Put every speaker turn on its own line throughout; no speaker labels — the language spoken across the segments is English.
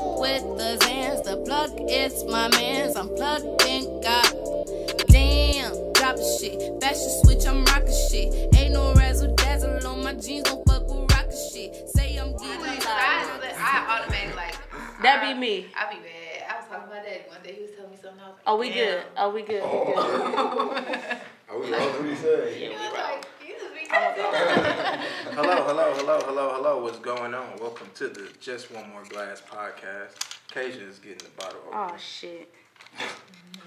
the Zans. The plug is my man's. I'm plugged in God. Damn, drop a shit. Fashion switch, I'm rockin' shit. Ain't no razzle dazzle on my jeans. Don't fuck with rockin' shit. Say I'm
I,
getting live.
think I, sli- I automatically like.
That be me.
I be bad. I was talking about that one day. He was telling me something. I was like,
Oh, we good.
damn.
Oh, we good. We good.
Oh. Are we rolling?
What he say?
He was like, you just
Oh,
be crazy.
hello, hello, hello, hello, hello. What's going on? Welcome to the Just One More Glass podcast. Kasia is getting the bottle open.
Oh shit.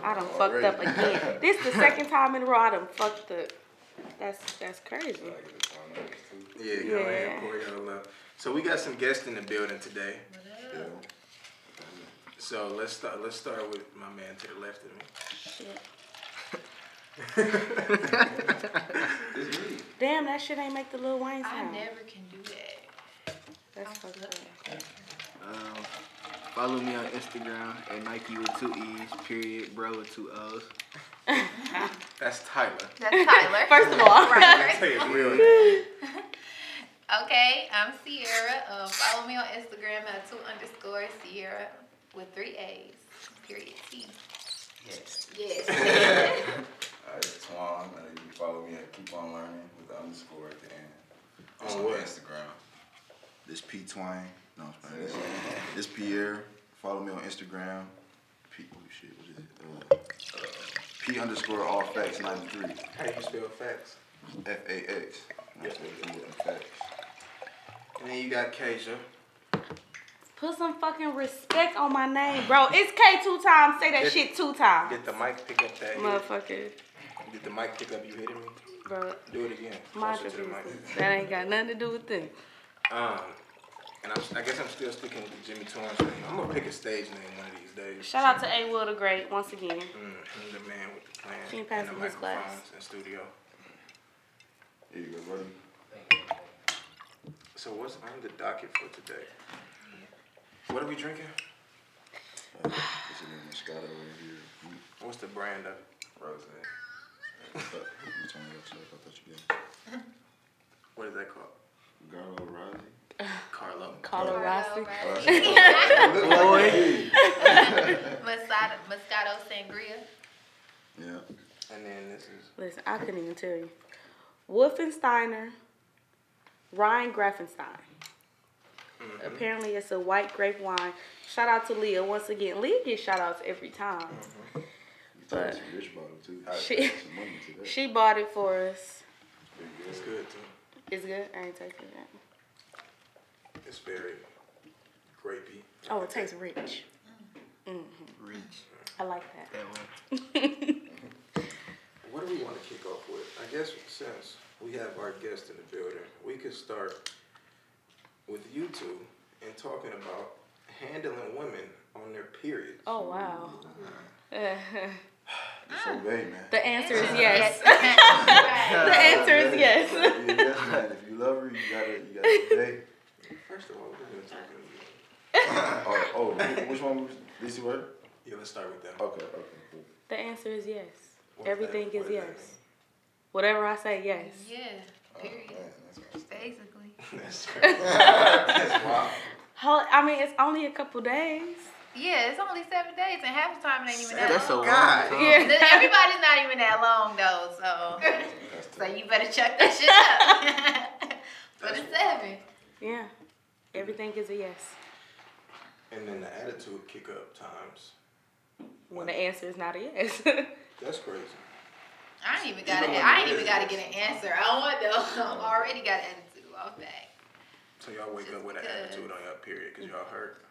I done fucked up again. This the second time in a row I done fucked up. That's that's crazy.
yeah, go
yeah.
ahead, pour your love. So we got some guests in the building today. So let's start. Let's start with my man to the left of me.
Shit.
It's me.
Damn, that shit ain't make the little Wayne
I
sound.
never can do that.
that's fucked up.
Um, follow me on Instagram at Nike with two E's, period, bro with two O's.
That's Tyler.
That's Tyler.
First of all,
Right,
Say
right.
his real name.
Okay, I'm Sierra. Um, follow me on Instagram at two underscore Sierra with three A's. Period T.
Yes.
Yes.
Alright, Twan. Uh, you can follow me at Keep On Learning with the underscore at the end.
On what?
Instagram. This P Twine. No, it's not. This, this Pierre. Follow me on Instagram. P. Oh shit, what is it? Uh, uh, P underscore all facts 93.
How do you spell facts?
F A X. Not sure if you want facts.
And then you got Kasia.
put some fucking respect on my name, bro. It's K two times. Say that
Get-
shit two times,
Get the mic, pick up that. Hit.
motherfucker,
Get the mic, pick up. You hitting me?
bro.
Do it again.
My
Closer to the mic.
That ain't got nothing to do with them.
Um, and I'm, I guess I'm still sticking with the Jimmy Torrance name. I'm gonna pick a stage name one of these days.
Shout out to A Will the Great once again.
Mm, he's the man with the plan
Can you pass
and the
him his glass?
microphones and studio.
Here you go, buddy.
So what's on the docket for today? What are we drinking?
Uh, This is a Moscato right here. Mm,
What's the brand of it?
Rose. Uh, you turn it upside. I thought you did.
What is that called?
Garlo Rossi.
Carlo.
Carla Rossi.
Boy.
Moscato, Moscato Sangria.
Yeah.
And then this is
Listen, I couldn't even tell you. Wolfensteiner, Ryan Grafenstein. Apparently, it's a white grape wine. Shout out to Leah once again. Leah gets shout outs every time.
You told us a rich bottle too. I
She-
paid some money to that.
She bought it for us.
it's good too.
It's good. I ain't tasting that.
It's very grapey.
Oh, it tastes rich.
Reach.
Mm-hmm. I like
That one.
that.
What do we want to kick off with? I guess since we have our guest in the building, we could start with you two and talking about handling women on their periods.
oh wow.
It's so bad, man.
the answer is yes.
Right.
The answer is yes.
Yeah, yes, man. If you love her, you gotta, you gotta obey.
First of all, we're gonna talk about
Oh, oh, wh- which one was this word?
Yeah, let's start with that.
Okay, okay, cool.
The answer is yes.
What does
Everything
that-
is
what does
yes.
that
Whatever I say, yes.
Yeah.
Oh,
Period.
man, that's what I said.
Basically.
mean? That's crazy. That's wild.
How, I mean, it's only a couple days.
Yeah, it's only seven days, and half the time it ain't even that
That's a
long.
long
God.
time.
Yeah.
Th- Everybody's not even that long though, so
That's
so
tough.
you better check that shit up. but it's seven.
Yeah. Everything is a yes.
And then the attitude kick up times.
When the answer is not a yes.
That's crazy.
I ain't even gotta.
Even when
I
it
ain't even
is.
gotta get an answer. I don't want though. I'm already got an attitude. I'm back.
So y'all wake up with an
Just
attitude on y'all period because y'all hurt.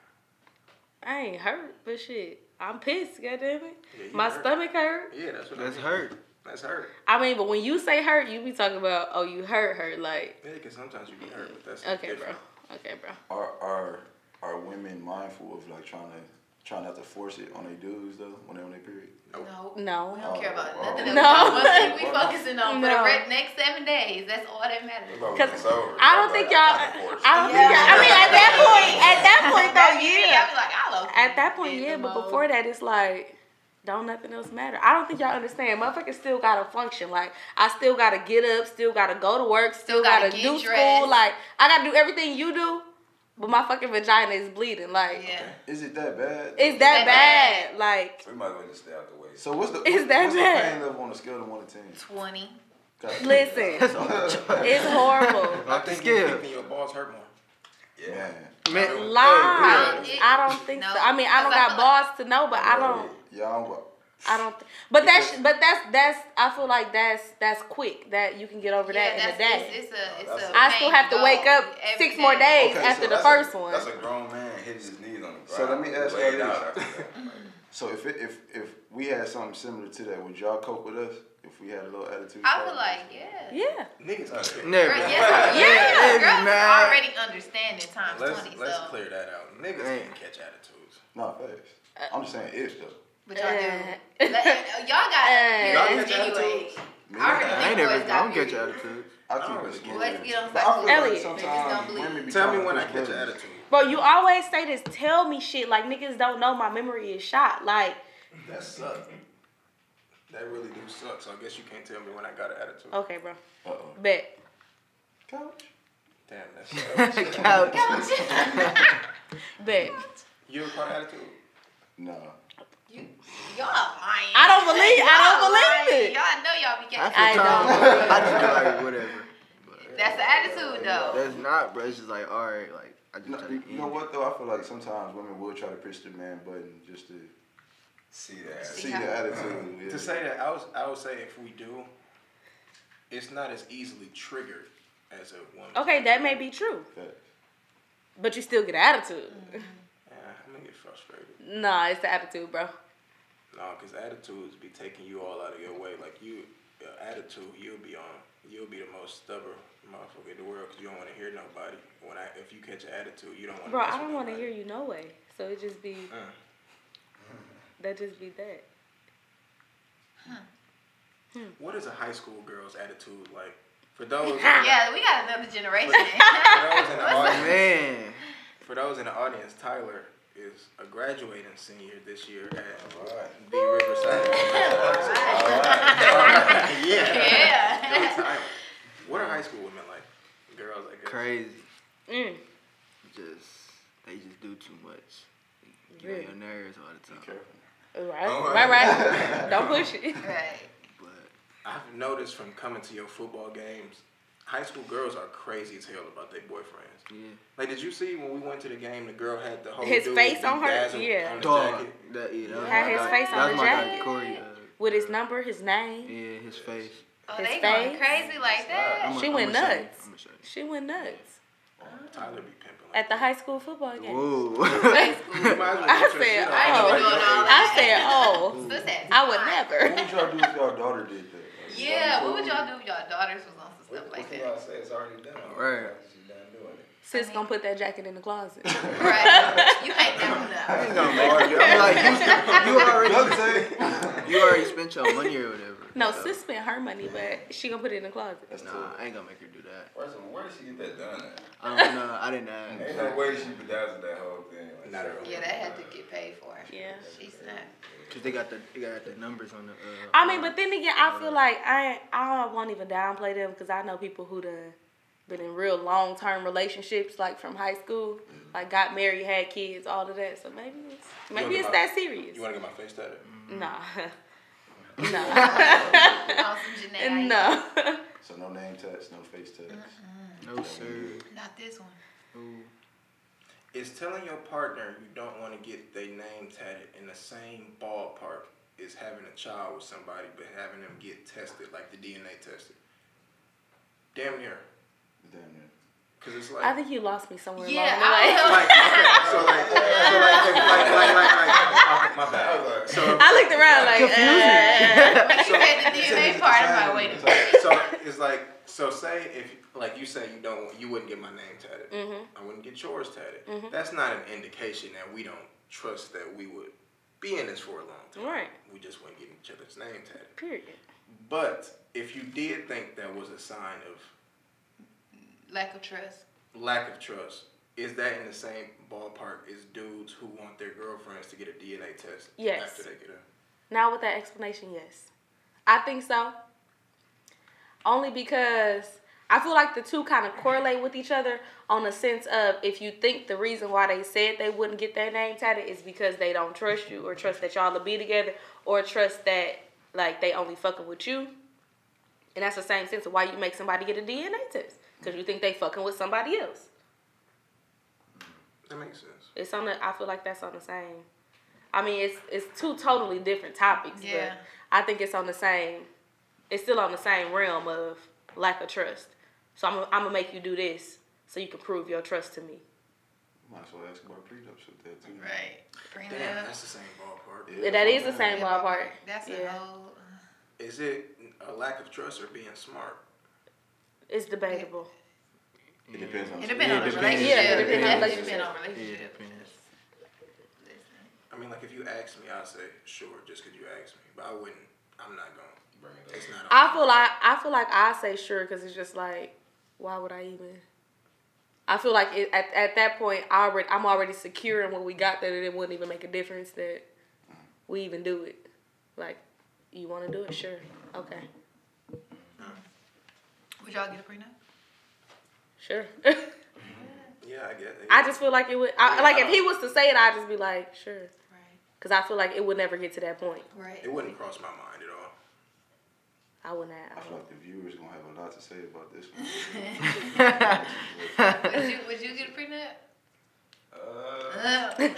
I ain't hurt, but shit. I'm pissed, goddammit.
Yeah, you
My
hurt.
stomach hurt.
Yeah, that's what
That's
I mean.
hurt.
That's hurt.
I mean, but when you say hurt, you be talking about, oh, you hurt, hurt. Like,
Yeah, because sometimes you get hurt, but that's
okay, bro.
different.
Okay, bro.
Are are are women mindful of like trying to trying not to force it on their dudes though when they're on their period?
No.
No.
We don't care about nothing
No.
else. One thing we focusing on for
No.
the re- next seven days. That's all that matters.
Cause I don't think y'all. I don't think
Yeah.
y'all. I mean, at that point, at that point,
That be
though,
me.
yeah.
I be like, I love.
At that point, yeah, but before that, it's like, don't nothing else matter. I don't think y'all understand. Motherfuckers still gotta function. Like, I still gotta get up, still gotta go to work, still,
Still gotta
gotta,
get dressed.
do school. Like, I gotta do everything you do. but my fucking vagina is bleeding. Like,
Yeah.
Is it that bad?
it's that
That
bad. Like,
We might as well just stay out the way.
so what's the
Is that
what's
bad?
the pain level on a scale of one to ten?
20.
God.
listen, it's horrible.
I think
Skip.
you're thinking your balls hurt more.
Yeah.
Man,
Lie.
Hey,
I don't think
no,
so. I mean, I
'cause
don't
I
got
feel like-
balls to know, but I don't.
Y'all wa-
I don't. Th- but that's.
Because-
But that's. That's. I feel like that's. That's quick. That you can get over that in a day.
It's, it's a, it's
That's
a
a-
I still
pain
have to
goal
wake up
every
six
day.
more days
Okay,
after
so
the
that's
first
a,
one.
That's a grown man hitting his knees on the ground.
So let me ask y'all
Laid
this.
out after that.
So if it, if if we had something similar to that, would y'all cope with us if we had a little attitude?
I would like, yeah.
yeah.
Niggas can
never.
Girl, yes,
Yeah,
yeah, girls is
man.
already understanding times
Let's,
20,
let's
so.
clear that out. Niggas
Man.
can catch attitudes.
No, facts. I'm just saying if though.
But y'all do.
Uh.
Let- y'all got
Uh.
periods
Y'all catch
anyway.
attitudes?
Me,
I already
I
think
ain't never. I
boys got
don't get
periods.
your attitude.
I
I
keep
don't
it
really
small.
get it.
Let's get on
But I feel like
something.
Elliot.
sometimes
Niggas don't
women be
Tell
trying
me
to
when I
push
catch an
buttons.
attitude.
But you always say this. Tell me shit. Like niggas don't know my memory is shot. Like
That sucks. That really do suck. So I guess you can't tell me when I got an attitude.
okay, bro.
Uh-oh.
Bet.
Coach.
Damn, that sucks.
Couch.
Bet.
you ever caught an attitude?
No.
You- Y'all lying.
I don't believe- I don't believe it.
Y'all know y'all be
I
getting.
feel
I
calm. I just feel like whatever. But
That's the attitude though.
that's not, bro. It's just like all right, like I just
No,
try to
you
eat.
you know what though? I feel like sometimes women will try to push the man button just to
See that.
see
how-
the attitude. yeah.
To say that, I, was, I would say if we do, it's not as easily triggered as a woman.
Okay, that may be true,
Facts.
but you still get an attitude.
Yeah, I'm gonna get frustrated.
Nah, it's the attitude, bro.
No, because attitudes be taking you all out of your way. Like you, your attitude, you'll be on, you'll be the most stubborn motherfucker in the world because you don't want to hear nobody. When I, if you catch an attitude, you don't want.
Bro, I don't want to hear you no way. So it just be
Mm.
that. Just be that.
What is a high school girl's attitude like? For those,
Yeah, we got another generation.
for those in the audience,
Man,
for those in the audience, Tyler is a graduating senior this year at
All right.
the Riverside. yeah.
yeah.
Go Tyler. What are high school women like? Girls, I guess.
crazy.
Mm.
Just they just do too much. Get on
Really?
your nerves all the time.
Right,
All
right,
right.
right. Don't push it.
Right.
But
I've noticed from coming to your football games, high school girls are crazy as hell about their boyfriends.
yeah,
Like, did you see when we went to the game, the girl had the whole
His
dude
face on her?
bedazzled
Yeah.
on the
dog.
jacket.
That yeah. That was
Had
my
his
guy-
face on
that
the
was my guy,
jacket.
Corey, uh,
With his number, his name,
Yeah, his face.
Oh,
His
they going
face.
crazy like that.
I'ma-
She
I'ma
went
show you.
nuts.
I'ma show you.
she went nuts
Tyler be pimping. Like,
at the high school football game.
Whoa.
you might as well
I
get
said,
your shit off.
I ain't
Like,
even doing all that.
I said, oh,
So sad.
I would
What
never.
would y'all do if y'all daughter did that? Like,
Yeah,
y'all
what would
do-
y'all do if y'all daughters was on some stuff
What,
like
what can
that?
y'all say? It's already done.
Right.
She's done doing it.
Sis gonna put that jacket in the closet.
Right. You ain't never
I
know.
ain't gonna argue. I'm like, you, you already,
Nothing.
you already spent your money or whatever.
No,
So,
sis spent her money, but she gonna put it in the closet.
That's
Nah,
tough.
I ain't gonna make her do that.
First of all, where did she get that done at?
I don't know. I didn't ask.
Ain't no way she bedazzled that whole thing. Like,
Not at all.
Yeah, that had to get paid for.
Yeah.
She's not.
Cause they got the they got the numbers on the. Uh,
I mean, but then again, I feel like I ain't- I won't even downplay them because I know people who done been in real long term relationships, like from high school,
Mm-hmm.
like got married, had kids, all of that. So maybe it's maybe
wanna
it's
go
that
out?
serious.
You want to get my face tatted?
Nah, nah,
On some Janae.
no.
So no name tags, no face tags.
no sir.
Not this one.
Ooh.
Is telling your partner you don't want to get their name tatted in the same ballpark is having a child with somebody, but having them get tested, like the DNA tested. Damn near.
Damn near.
Because it's like.
I think you lost me somewhere
Yeah,
along the way.
I
like, okay, so like, so like, if, like, like, like, like, okay, my
I
bad.
was like,
So,
I looked around like, uh,
don't know. When you said the DNA part, I'm like, wait a minute.
so it's like, so say if, like, you say you don't, want- you wouldn't get my name tatted.
Mm-hmm.
I wouldn't get yours tatted. That's not an indication that we don't trust that we would be in this for a long time.
Right.
We just wouldn't get each other's name tatted.
period.
But if you did think that was a sign of
Lack of trust.
lack of trust, is that in the same ballpark as dudes who want their girlfriends to get a DNA test
Yes.
after they get a?
Now with that explanation, yes, I think so. Only because I feel like the two kind of correlate with each other on the sense of if you think the reason why they said they wouldn't get their name tatted is because they don't trust you or trust that y'all will be together or trust that like they only fucking with you. And that's the same sense of why you make somebody get a DNA test because you think they fucking with somebody else.
That makes sense.
It's on the. I feel like that's on the same. I mean, it's it's two totally different topics,
Yeah.
but I think it's on the same. It's still on the same realm of lack of trust. So I'm I'm gonna make you do this so you can prove your trust to me.
Might as well ask about prenups with that too.
Right. Bring
Damn,
it up.
that's the same ballpark.
Yeah,
that is the
man.
same ballpark.
That's
yeah.
a whole.
Is it a lack of trust or being smart?
It's debatable.
It depends on.
It depends on the
depends.
relationship.
Yeah, it depends on
It
the
depends on
Yeah,
relationship.
depends.
I mean, like if you ask me, I'd say sure, just 'cause you asked me. But I wouldn't. I'm not going.
Bring it
It's not.
I feel like I feel like I say sure because it's just like why would I even. I feel like it, at, at that point, I already, I'm already secure in what we got that it wouldn't even make a difference that we even do it. Like, you want to do it? Sure. Okay.
Would y'all get a prenup?
Sure.
yeah, I get it.
I just feel like it would. I,
Yeah,
like
I
if he was to say it, I'd just be like, sure,
Right.
because I feel like it would never get to that point.
Right.
it wouldn't cross my mind at all.
I wouldn't
I
have.
feel like the viewers gonna have a lot to say about this one.
Would you, would you get a prenup?
Uh,
Ugh.
we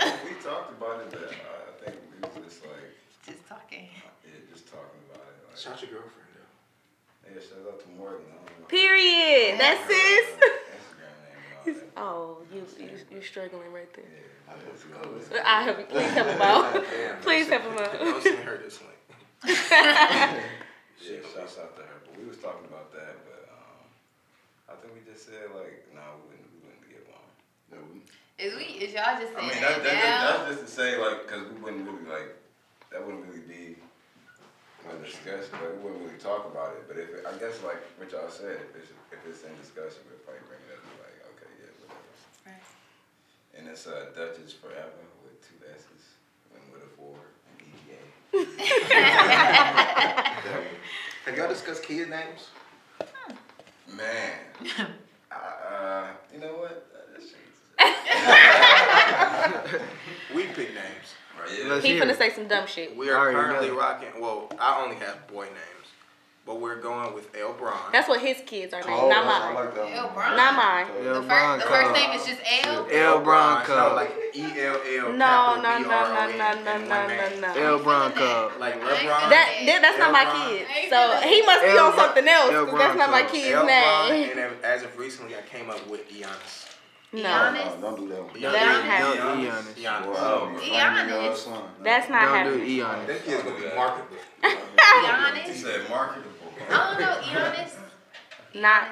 talked about it, but I think we was just like,
Just talking.
yeah, just talking about it. Like,
Shout your girlfriend though.
yeah, shout out to Morgan. I don't know.
Period. That's it.
Instagram name and all that.
Oh, you, you you're struggling right there.
Yeah.
I have to go with-
Ah, I help you. Please help him out.
Damn,
Please help him
I was
out.
sending her this link.
Yeah, shouts out to her. But we was talking about that, but um, I think we just said like, no, we wouldn't, we wouldn't get one.
No, we-
Is we? Is y'all just
I mean,
saying
that, that,
that
that,
now?
that's just to say like, cause we wouldn't really like, that wouldn't really be a discussion, but we wouldn't really talk about it. But if it, I guess like what y'all said, if it's if it's in discussion, we'll probably bring it up and be like, okay, yeah, whatever.
Right.
And it's uh, Duchess Forever with two S's and with a four E and EDA.
Have y'all discussed kid names?
Man, I, uh, you know what? Uh, This shit is
We pick names, right?
Yeah.
Let's
He
hear
finna
it.
say some dumb shit.
We are
Already know
currently
it.
rocking. Well, I only have boy names, but we're going with El Bron.
That's what his kids are named,
Oh,
not
I
mine.
like that one.
L.
oh,
Brown.
Not mine.
The
El
first, the first
Bronco.
name is just L.
El
No,
Bronco.
like E L L.
No, no, no, no, no, no, no, no, no.
El Bronco.
Like
I
LeBron.
That, that that's not my
Elron.
kid. So he must be on something else. 'cause That's not my
Elron.
kid's
Elron,
name.
and then as of recently, I came up with Giannis.
No,
No, don't do that one.
Giannis.
Let him have
Don't do Giannis.
Giannis.
Wow, bro.
Giannis.
Your son.
that's not
Don't do E
happening.
Eon.
That kid's gonna be marketable.
He
Giannis. Oh,
said marketable.
I don't know. Giannis.
Not.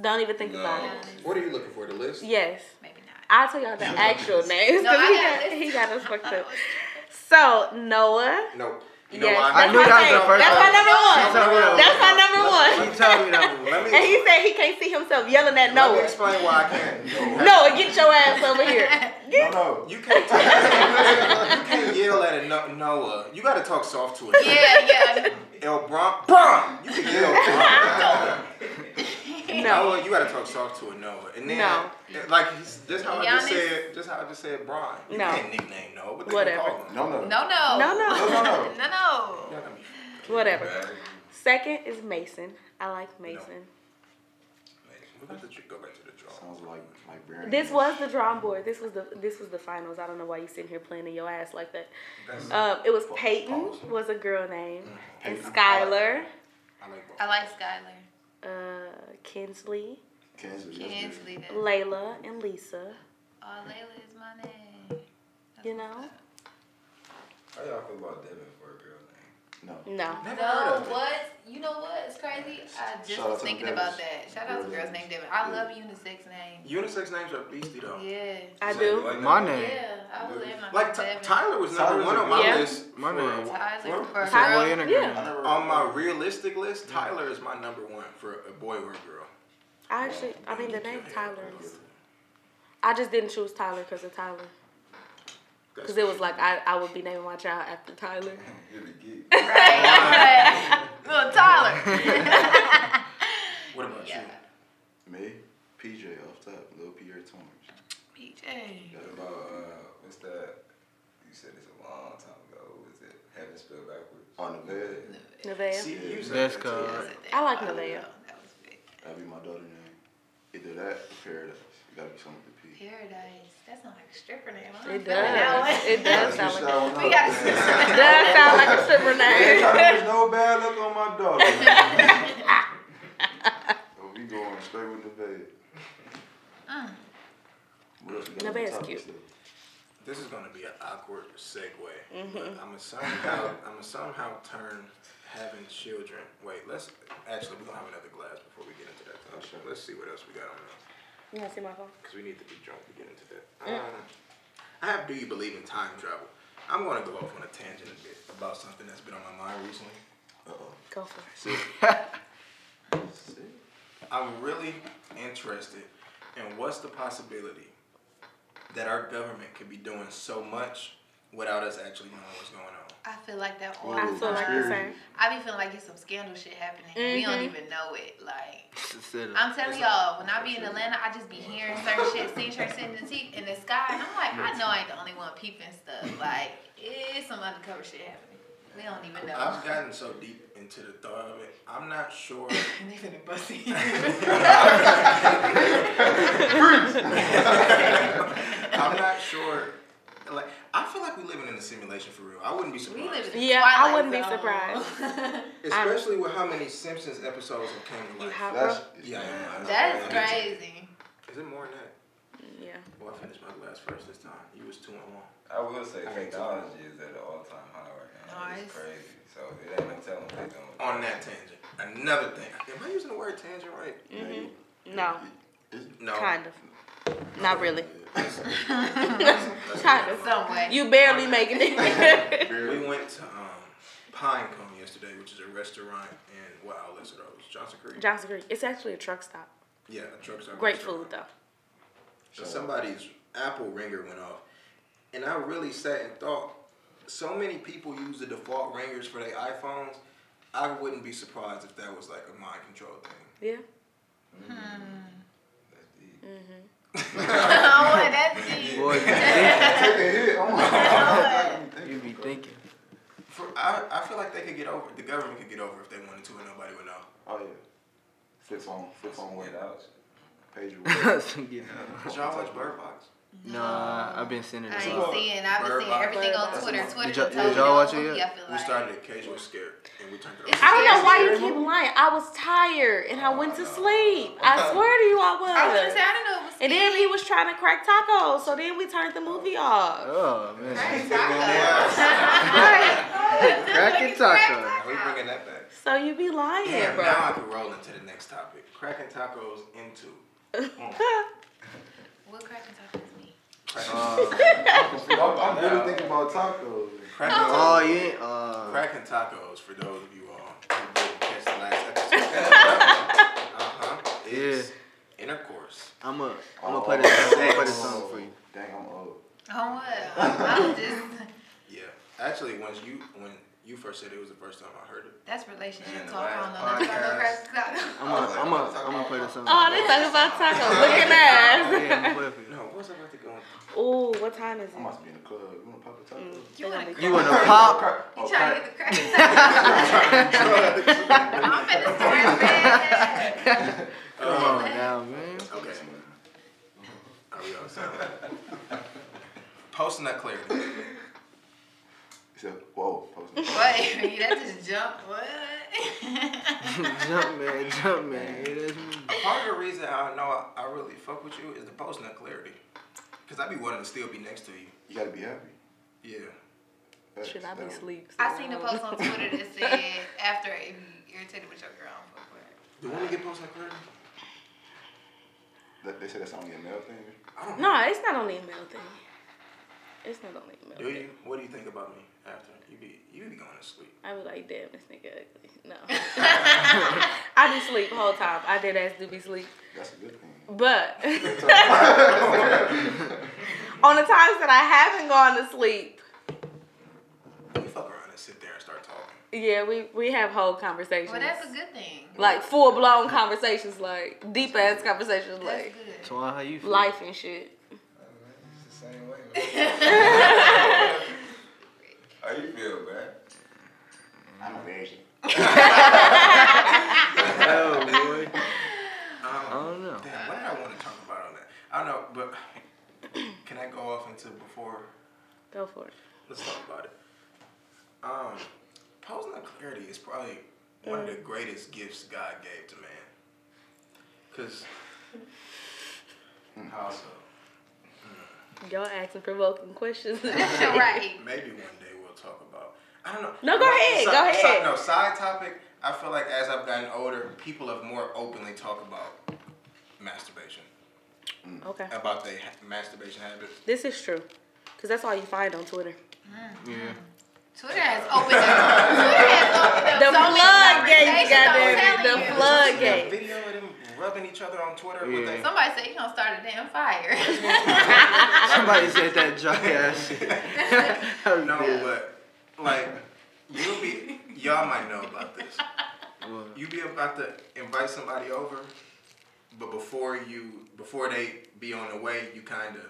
Don't even think
No.
about it.
Giannis.
What are you looking for? The list?
Yes.
Maybe not.
I'll tell y'all the actual names.
No,
'cause
I
he,
got
got,
this.
he got us fucked up. So, Noah.
Nope. You know
Yes,
why?
that's
I knew
my
that was
name.
the first
That's my
one.
number one.
She told me that was
That's my
the
number one.
She told me that one.
Let me,
And he said he can't see himself yelling at
let me
Noah.
explain why I can't.
Noah, get your ass over here.
No, no.
You can't. Tell, you can't yell at a no- Noah. You gotta talk soft to it.
Yeah, yeah.
El Bron. Bron. You can yell.
No.
Noah, Oh, you gotta talk soft to a Noah. And then,
No.
like, he's- just how I just
Giannis.
said, just how I just said, Brian. You
No.
can't nickname Noah. What they
Whatever.
gonna call him?
No, no.
No, no.
No, no.
No, no,
No, no.
Y'all gonna be
Whatever.
Bad.
Second is Mason. I like Mason.
amazing. We're about to tr- go back to the draw.
Sounds like like Baron.
This was the drawing board. This was the this was the finals. I don't know why you sitting here playing in your ass like that. Um, it was Peyton was a girl name, and Skylar,
I like
I
ball.
like Skylar.
uh, Kinsley,
Kansas. is
Kids
different.
leave it. Oh,
Layla, and Lisa.
Layla is my name. That's
You
what's
know?
up.
How y'all feel about Devin for a girl
No.
name?
No,
Never heard
No,
of it.
what? You know what? It's crazy. I just
Shout out
was
to the
thinking about that.
Devins.
Shout out to
Girl
girls named
Devins.
Devin. I
Yeah.
love unisex names.
Unisex names are beastie though.
Yeah.
I
So you
do.
like
My
that?
name.
Yeah. I was in my
Like Ty
Devin.
Tyler was number
Tyler's
one
a
on
good
my
one.
list.
My
for-
name.
Tyler
What?
for a
It's a
girl.
boy and a girl.
Yeah.
I never
On my realistic list, Tyler is my number one for a boy or a girl.
I actually I mean the name Tyler is. I just didn't choose Tyler because of Tyler.
That's
Because it was like I, I would be naming my child after Tyler.
You're the geek.
Right? Little Tyler.
What about
Yeah.
Me, PJ off top, Lil Pierre Torrance.
PJ.
What about uh, what's that? You said this a long time ago. Was it Heaven Spelled Backwards?
Oh, Nevaeh.
Nevaeh.
See, you said
That's
that
cool.
Yeah,
too.
Alright.
said that
I like
a while
Nalea.
ago. Oh, That was big.
That'd be my daughter's name. Either that or Paradise. You gotta be something with the P.
Paradise. That sounds like a stripper name. I don't
It
feel like that
does. It does sound like
that one
We gotta
it does sound like a super
Hey,
name.
There's no bad look on my daughter. Oh, we going straight with the bed.
Mm.
What else we got
The
on the
bed's
topic
cute.
still?
This is gonna be an awkward segue. I'm gonna somehow, I'm gonna somehow turn having children. Wait, let's actually we're gonna have another glass before we get into that. Topic.
sure.
Let's see what else we got on that
You wanna see my phone?
because we need to be drunk to get into that. Um, I have. Do you believe in time travel? I'm gonna go off on a tangent a bit about something that's been on my mind recently.
Go for it.
I'm really interested in what's the possibility that our government could be doing so much without us actually knowing what's going on.
I feel like that all
I
the
feel like the
time.
same.
I be feeling like it's some scandal shit happening. We don't
Mhm.
even know it. Like
Consider.
I'm telling y'all, when I be in Atlanta, I just be hearing certain shit, seeing certain shit in the, te- in the sky, and I'm like, I know I ain't the only one peeping stuff. Like it's some undercover shit happening. We don't even know.
I've gotten so deep into the thought of it. I'm not sure.
And they finna bust in.
I'm not sure. Like I feel like we're living in a simulation for real. I wouldn't be
we live
surprised,
in the
Yeah, I
Twilight
wouldn't be
Zone.
especially with how many Simpsons episodes have came to
You
life.
hot, bro?
That's
Yeah, yeah, yeah.
that is crazy.
Is it more than that?
Yeah.
Well, I finished my glass first this time. You was two and one.
I will say technology is at an all-time high right now.
Nice.
It's crazy. So it ain't no telling what they're doing.
On that tangent, another thing. Am I using the word tangent right?
No,
No.
kind of. Not really. kind of.
Some way.
You barely making it.
We went to um, Pinecone yesterday, which is a restaurant in what outlets are those? Johnson Creek.
Johnson Creek. It's actually a truck stop.
yeah, a truck stop.
Great
restaurant.
food though.
So somebody's Apple ringer went off, and I really sat and thought. So many people use the default ringers for their iPhones. I wouldn't be surprised if that was like a mind control thing.
Yeah.
That's deep.
oh, that's deep.
Boy, you
Oh,
be thinking. You be thinking.
For I, I feel like they could get over. The government could get over if they wanted to, and nobody would know.
Oh yeah. Flip phone, flip
That's
phone
some
way
get out. shit.
Pager.
Oh
Some get out.
Did y'all watch Bird Box?
Nah, I've been sending
I
this
ain't
up.
seeing. I've been
Bird
seeing
Box.
everything on
That's
Twitter.
my-
Twitter
Did y'all-
done told
did
me
y'all
all
watch
the
it
movie,
yet?
I feel
We
like.
started at Cage was scared, and we turned it
It's
off.
I don't know why you
Scary
keep lying. I was tired and I went to sleep. I swear to you, I was.
I was gonna say I didn't know it was.
and then he was trying to crack tacos, so then we turned the movie off.
Oh man,
Crack taco.
cracking taco.
Are we bringing that back?
So you be lying,
Damn,
bro.
now I can roll into the next topic. Cracking tacos into.
What cracking taco is me?
Cracking,
I'm really thinking about tacos.
cracking,
Oh, you ain't. Uh,
cracking tacos for those of you all who didn't catch the last episode. uh huh. It's intercourse.
I'm a. I'm gonna play this. I'm gonna play this song for you.
Dang, I'm old.
Oh what? I'm just.
Yeah. Actually, once you when you first said it, it was the first time I heard it.
That's relationship
Man,
talk. I don't know
last
nothing about no
podcast.
cracking taco.
I'm gonna. I'm gonna. I'm gonna play this song.
Oh, they talking about tacos. Look at us.
Yeah, I'm gonna play it for you.
No, what was I about to go on?
Ooh, what time is
I
it?
must be in the club. You wanna pop a taco? Oh,
You wanna
You wanna pop?
You trying to get the cracking taco? I'm finna start that.
Come on now, man.
Okay. Are we on sound? Posting that clarity.
He said, whoa, post it.
Wait, a minute, that just jumped. What?
jump man, jump man. Yeah, that's me.
Part of the reason I know I, I really fuck with you is the post nut clarity. Cause I be wanting to still be next to you.
You gotta be happy.
Yeah.
That's,
Should I be
that-
asleep?
I seen a post on Twitter that said after if you irritated with your girl, I'm fuck with her.
Do women get post nut clarity?
That, they said that's only a male thing.
I don't know.
No, it's not only a male thing. It's not only a male
Do
thing.
you? What do you think about me after? You be you be going to sleep.
I be like, damn, this nigga ugly. No. I be sleep whole time. I did ass do be sleep.
That's a good thing.
But on the times that I haven't gone to sleep,
You fuck around and sit there and start talking.
Yeah, we we have whole conversations.
Well, that's a good thing.
like full blown conversations, like deep ass conversations,
That's
like
good.
So how you feel?
life and shit.
It's the same way. How you feel, man? Mm-hmm.
I'm a virgin.
Oh, boy.
I don't
I
know.
don't know.
Damn, what did I want to talk about on that? I don't know, but can I go off into before?
Go for it.
Let's talk about it. Um, posing on clarity is probably one of the greatest gifts God gave to man. Cause how so?
Y'all asking provoking questions.
right.
Maybe one day we'll talk about. I don't know.
No, go
Well,
ahead,
si-
go
si-
ahead.
no side topic. I feel like as I've gotten older, people have more openly talked about masturbation,
okay,
about their ha- masturbation habits.
this is true, cause that's all you find on Twitter.
Twitter has opened up. Twitter has opened up so
The
many conversations, I'm
floodgates, goddamn
telling
it, the
you.
flood-
Did you see
Floodgate.
that Video of them rubbing each other on Twitter with
Yeah.
their
Somebody said you gonna start a damn fire.
Somebody said that dry ass shit. Oh,
No, but like you'll be y'all might know about this. You be about to invite somebody over, but before you before they be on the way, you kinda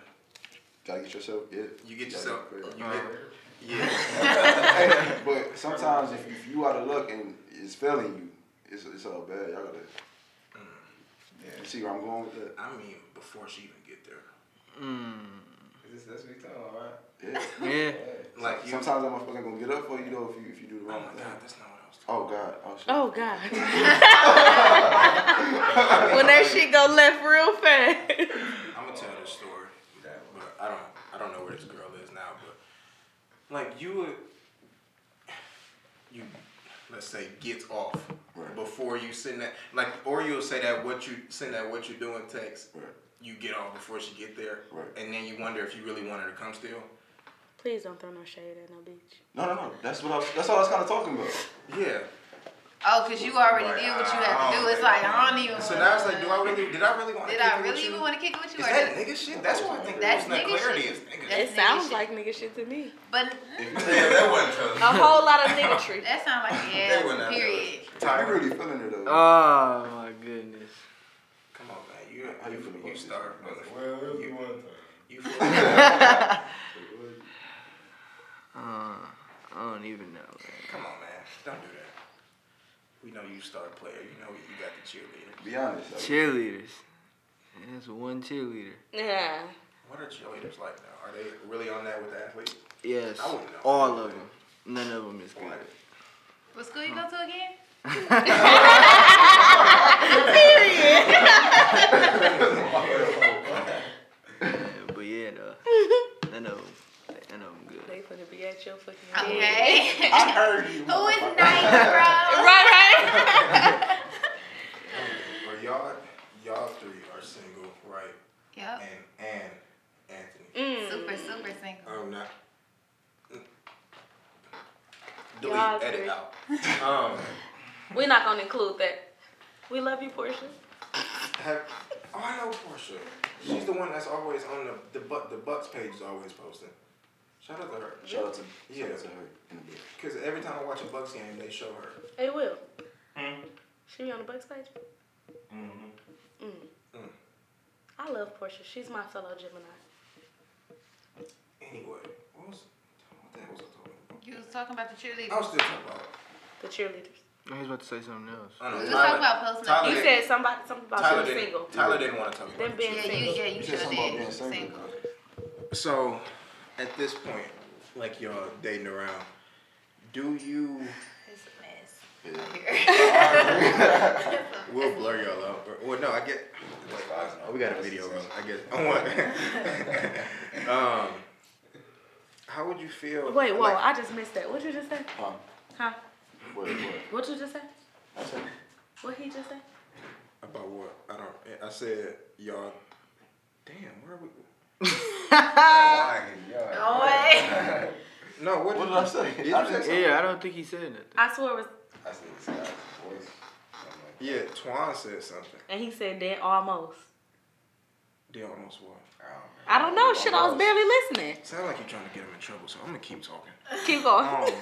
Gotta get yourself. Yeah.
you
Gotta
get yourself
clear. Uh-huh.
you get yeah.
Hey, but sometimes if, if you out of luck and it's failing you, it's, it's all bad. Y'all gotta. Yeah, see where I'm going with that?
I mean before she even get there.
This, that's what you talking about, right?
Yeah.
Yeah.
Like you
Sometimes that motherfucker gonna get up for you though if you if you do the
Oh
wrong
my
thing.
god, that's not what I was talking
Oh God. Oh shit.
Oh God. when that shit go left real fast.
I'm gonna tell this story. But I don't I don't know where this girl is now, but like you would you let's say get off
Right.
before you send that like or you'll say that what you send that what you're doing text
Right.
you get off before she get there
Right.
and then you wonder if you really want her to come still.
Please don't throw no shade at no bitch.
No, no, no. That's what I was. That's all I was kind of talking about.
Yeah.
Oh, cause you already
Like,
did what you
I
had to
don't
do. It's
think
like
I
I don't even.
Oh, So
wanna-
now it's like, do I really did I really want
Did
to
I
kick it
really
with
even
you?
want to kick it with you? or
Is that
did-
nigga shit? That's why I think
That's
that's not
nigga
clarity
shit.
is nigga
That's
shit.
It
nigga
sounds
shit.
like nigga shit to me.
But
Yeah, that wasn't true.
A whole lot of nigga tree.
that sounds like
They wouldn't
Oh, yeah.
have
Period.
Tyler. You really feeling it though.
Oh my goodness.
Come on man, you
How you feel
you,
about
you
this?
starve, brother.
Well, it was
You-
one time.
You feel-
Uh, I don't even know. Man.
Come on man, don't do that. We know you star player, you know you got the cheerleader.
Be honest. Like,
Cheerleaders. That's one cheerleader.
Yeah.
What are cheerleaders like now? Are they really on that with the athletes?
Yes.
I wouldn't know.
All of them. None of them is good.
Right.
What school you go to again?
Yeah, but yeah, no. None of them. None of them good.
They finna be at your fucking
Okay.
I heard you.
Who is nice, bro?
Right, right.
Or y'all, y'all three are single, right?
Yep.
And and Anthony
Mm. Super, super single.
are not. Delete,
Y'all
edit
three.
out. Um,
We're not gonna include that. We love you, Portia.
have, oh, I know Portia. She's the one that's always on the the butt the Bucks page is always posting. Shout out to her.
Shout out to.
Yeah.
Shout out to her. In the bed.
Cause every time I watch a Bucks game, they show her.
Hey, Will. She be on the Bucks page? Mm.
Mm.
I love Portia. She's my fellow Gemini.
Anyway, what was what the hell was I talking about?
You was talking about the
I
cheerleader.
was still talking about.
The cheerleaders.
I was about to say something else.
I know,
We was
Tyler-
talking about posting up.
Tyler
You
didn't-
said somebody something about
Tyler
being
didn't,
single.
Tyler didn't want to talk about
Them
it.
being
Yeah, you,
single.
yeah, you
You
should
said
have
something about
been
being single.
single.
So, at this point, like y'all dating around, do you?
It's a
Yeah.
mess. Here.
We'll blur y'all out. Or, well, no, I get. Oh, we got a video. Bro. I get. I want- um, how would you feel?
Wait, whoa,
like-
I just missed that. What'd you just say?
Huh?
Huh?
What? What?
What'd you just say?
I said.
What he just said?
about what? I don't. I said y'all. Damn, where are we?
Oh,
No way.
No, what,
What did I say?
Did you
I
say
didn't-
something?
Yeah, I don't think he said nothing.
I swear it was
I said this guy's voice. I'm like,
Yeah, Twan said something.
and he said that almost.
They almost what?
I don't
I
know.
don't know, shit, I was barely listening.
Sound like you're trying to get him in trouble, so I'm gonna keep talking.
Keep going.
Um,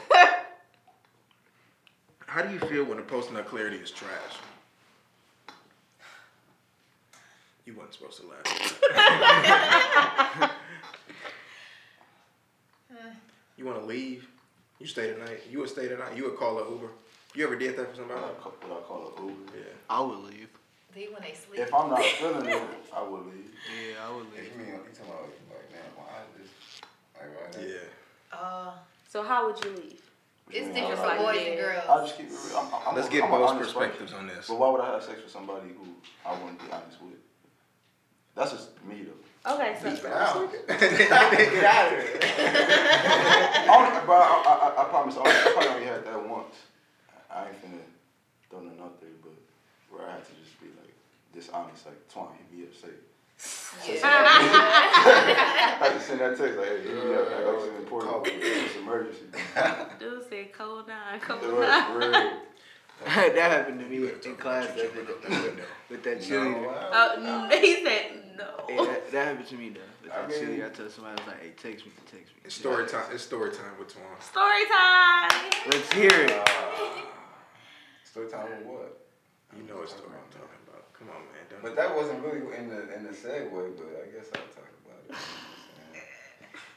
How do you feel when a post nut clarity is trash? You weren't supposed to laugh. you want to leave? You stay tonight. You would stay tonight. You would call an Uber. You ever did that for somebody?
What I call- what I call a Uber.
Yeah.
I would leave.
They when they sleep.
If I'm not feeling it, I would leave.
Yeah, I would
You
leave.
mean you talking about like man, why is this like why that?
Yeah.
Uh,
So how would you leave?
What you
it's
mean,
different
I-
for
I-
boys and
I'll
girls.
just keep it real. I'm, I'm, I'm
Let's
a-
get
I'm a
both
honest person.
perspectives on this.
But why would I have sex with somebody who I wouldn't be honest with? That's just me though.
Okay, so
I only, bro, I, I, I promise, I, only, I probably only had that once. I, I ain't finna throw nothing out there, but where I had to just be like dishonest, like twine, hit me up, say. I had to send that text like, hey, hit me up, like, like, it's important, it's an emergency.
dude said cold nine, cold
The
nine.
rest, real.
that happened to me in class
Jumping
that
out
day
that window.
with that
No,
cheerleader.
wow.
Oh, n- he said
Hey,
no.
that, that happened to me though. With
I
that
mean-
cheerleader, I told somebody I was like, "Hey, text me, text me."
It's story time. It's story time with Twan.
Story time.
Let's hear it.
Story time with what?
You know what story I'm talking about. Come on, man. Don't
But that wasn't really in the in the segue, but I guess I'll talk about it.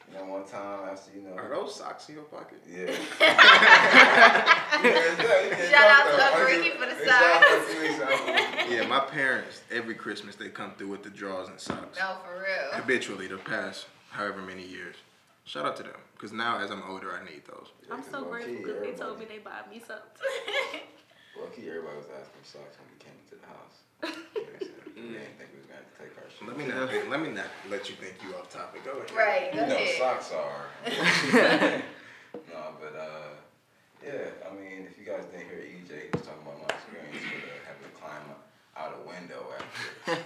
You know, one time after you know.
Are those socks in your pocket?
Yeah.
Shout out to Uncle Ricky for the
Shout
socks.
out to Uncle Ricky.
Yeah, my parents, every Christmas, they come through with the drawers and socks.
No, for real.
Habitually, the past however many years. Shout out to them. Because now, as I'm older, I need those.
I'm so
Low-key,
grateful because they told
everybody-
me they bought me something.
Well, key, everybody was asking for socks when we came to the house. You know what I'm saying? We didn't think we was gonna have to take our shoes.
Let me not. Let me not let you think you off topic. Go ahead.
Right, go
You know,
ahead.
socks are. no, but uh, yeah. I mean, if you guys didn't hear EJ, he was talking about my experience with uh, having to climb out a window
Uh.
after.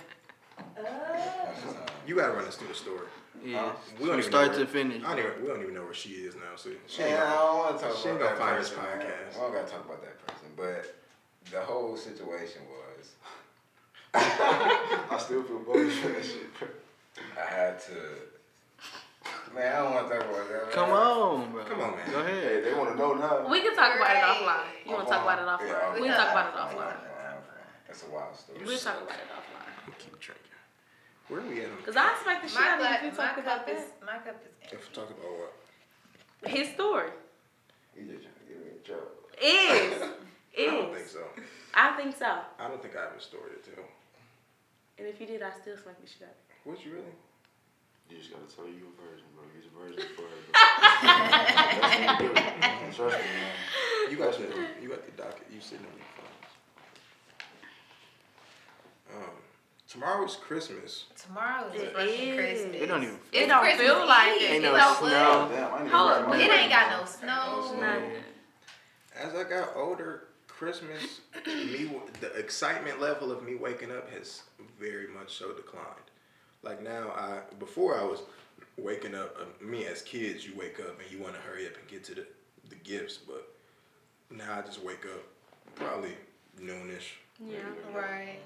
One time.
You gotta run us through the story.
Yeah,
We don't even
from start
know
to
where,
finish.
I don't even, we don't even know where she is now. So she ain't
Man, I
got-
don't want to talk
she
about
ain't gonna
that
find this
person. man.
podcast.
I don't gotta talk about that person. But the whole situation was,
I still feel bullied for that shit, bro.
I had to. Man, I don't want to talk about that. man.
Come on, bro.
Come on, man.
Go ahead.
Hey, they wanna know now.
We can talk about it
Right.
offline. You want to talk about it
Yeah,
offline?
I'm
We can
fine.
talk about it
I'm fine.
offline.
I'm fine. That's a wild story.
We'll talk about it offline.
keep drinking. Where are we at? on-
Cause I expect the shit
My,
out of you
cup,
if you
my
talk about
cup is
this.
my cup is empty.
If we talk about what?
His story
You just trying to get me in trouble.
is
I don't
is.
think so.
I think so.
I don't think I have a story to tell.
And if you did, I still smack the shit out of
Would you really?
You just gotta tell you a version, bro. Use a version for it, bro. That's what you do. Trust me, man.
You got the you got the docket. You sitting on your phone. Um, tomorrow is Christmas.
Tomorrow is
It
fucking
is.
Christmas.
It don't even.
It's
It don't
Christmas
feel like it.
Eve.
Ain't
You
no
know
snow.
Damn, I ain't even
Hold
got
up,
my
what?
Ain't
It
no
ain't got no
snow.
snow.
it. Nah.
As I got older, Christmas, me the excitement level of me waking up has very much so declined. Like now, I before I was waking up. Uh, me as kids, you wake up and you want to hurry up and get to the the gifts, but now I just wake up probably noonish,
Yeah.
Right.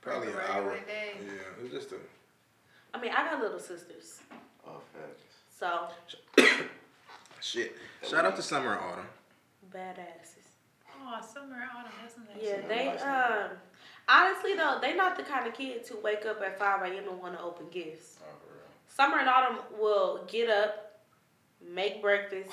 probably an
Regular
hour.
day.
Yeah, it's just a
I mean, I got little sisters,
Oh, facts.
so
shit. Shout out to summer and autumn.
badasses.
Oh, summer autumn, isn't that?
Yeah,
Sitting
they
on the
um. Honestly though, they not the kind of kids who wake up at five a.m. and want to open gifts.
Oh, for real.
Summer and autumn will get up, make breakfast,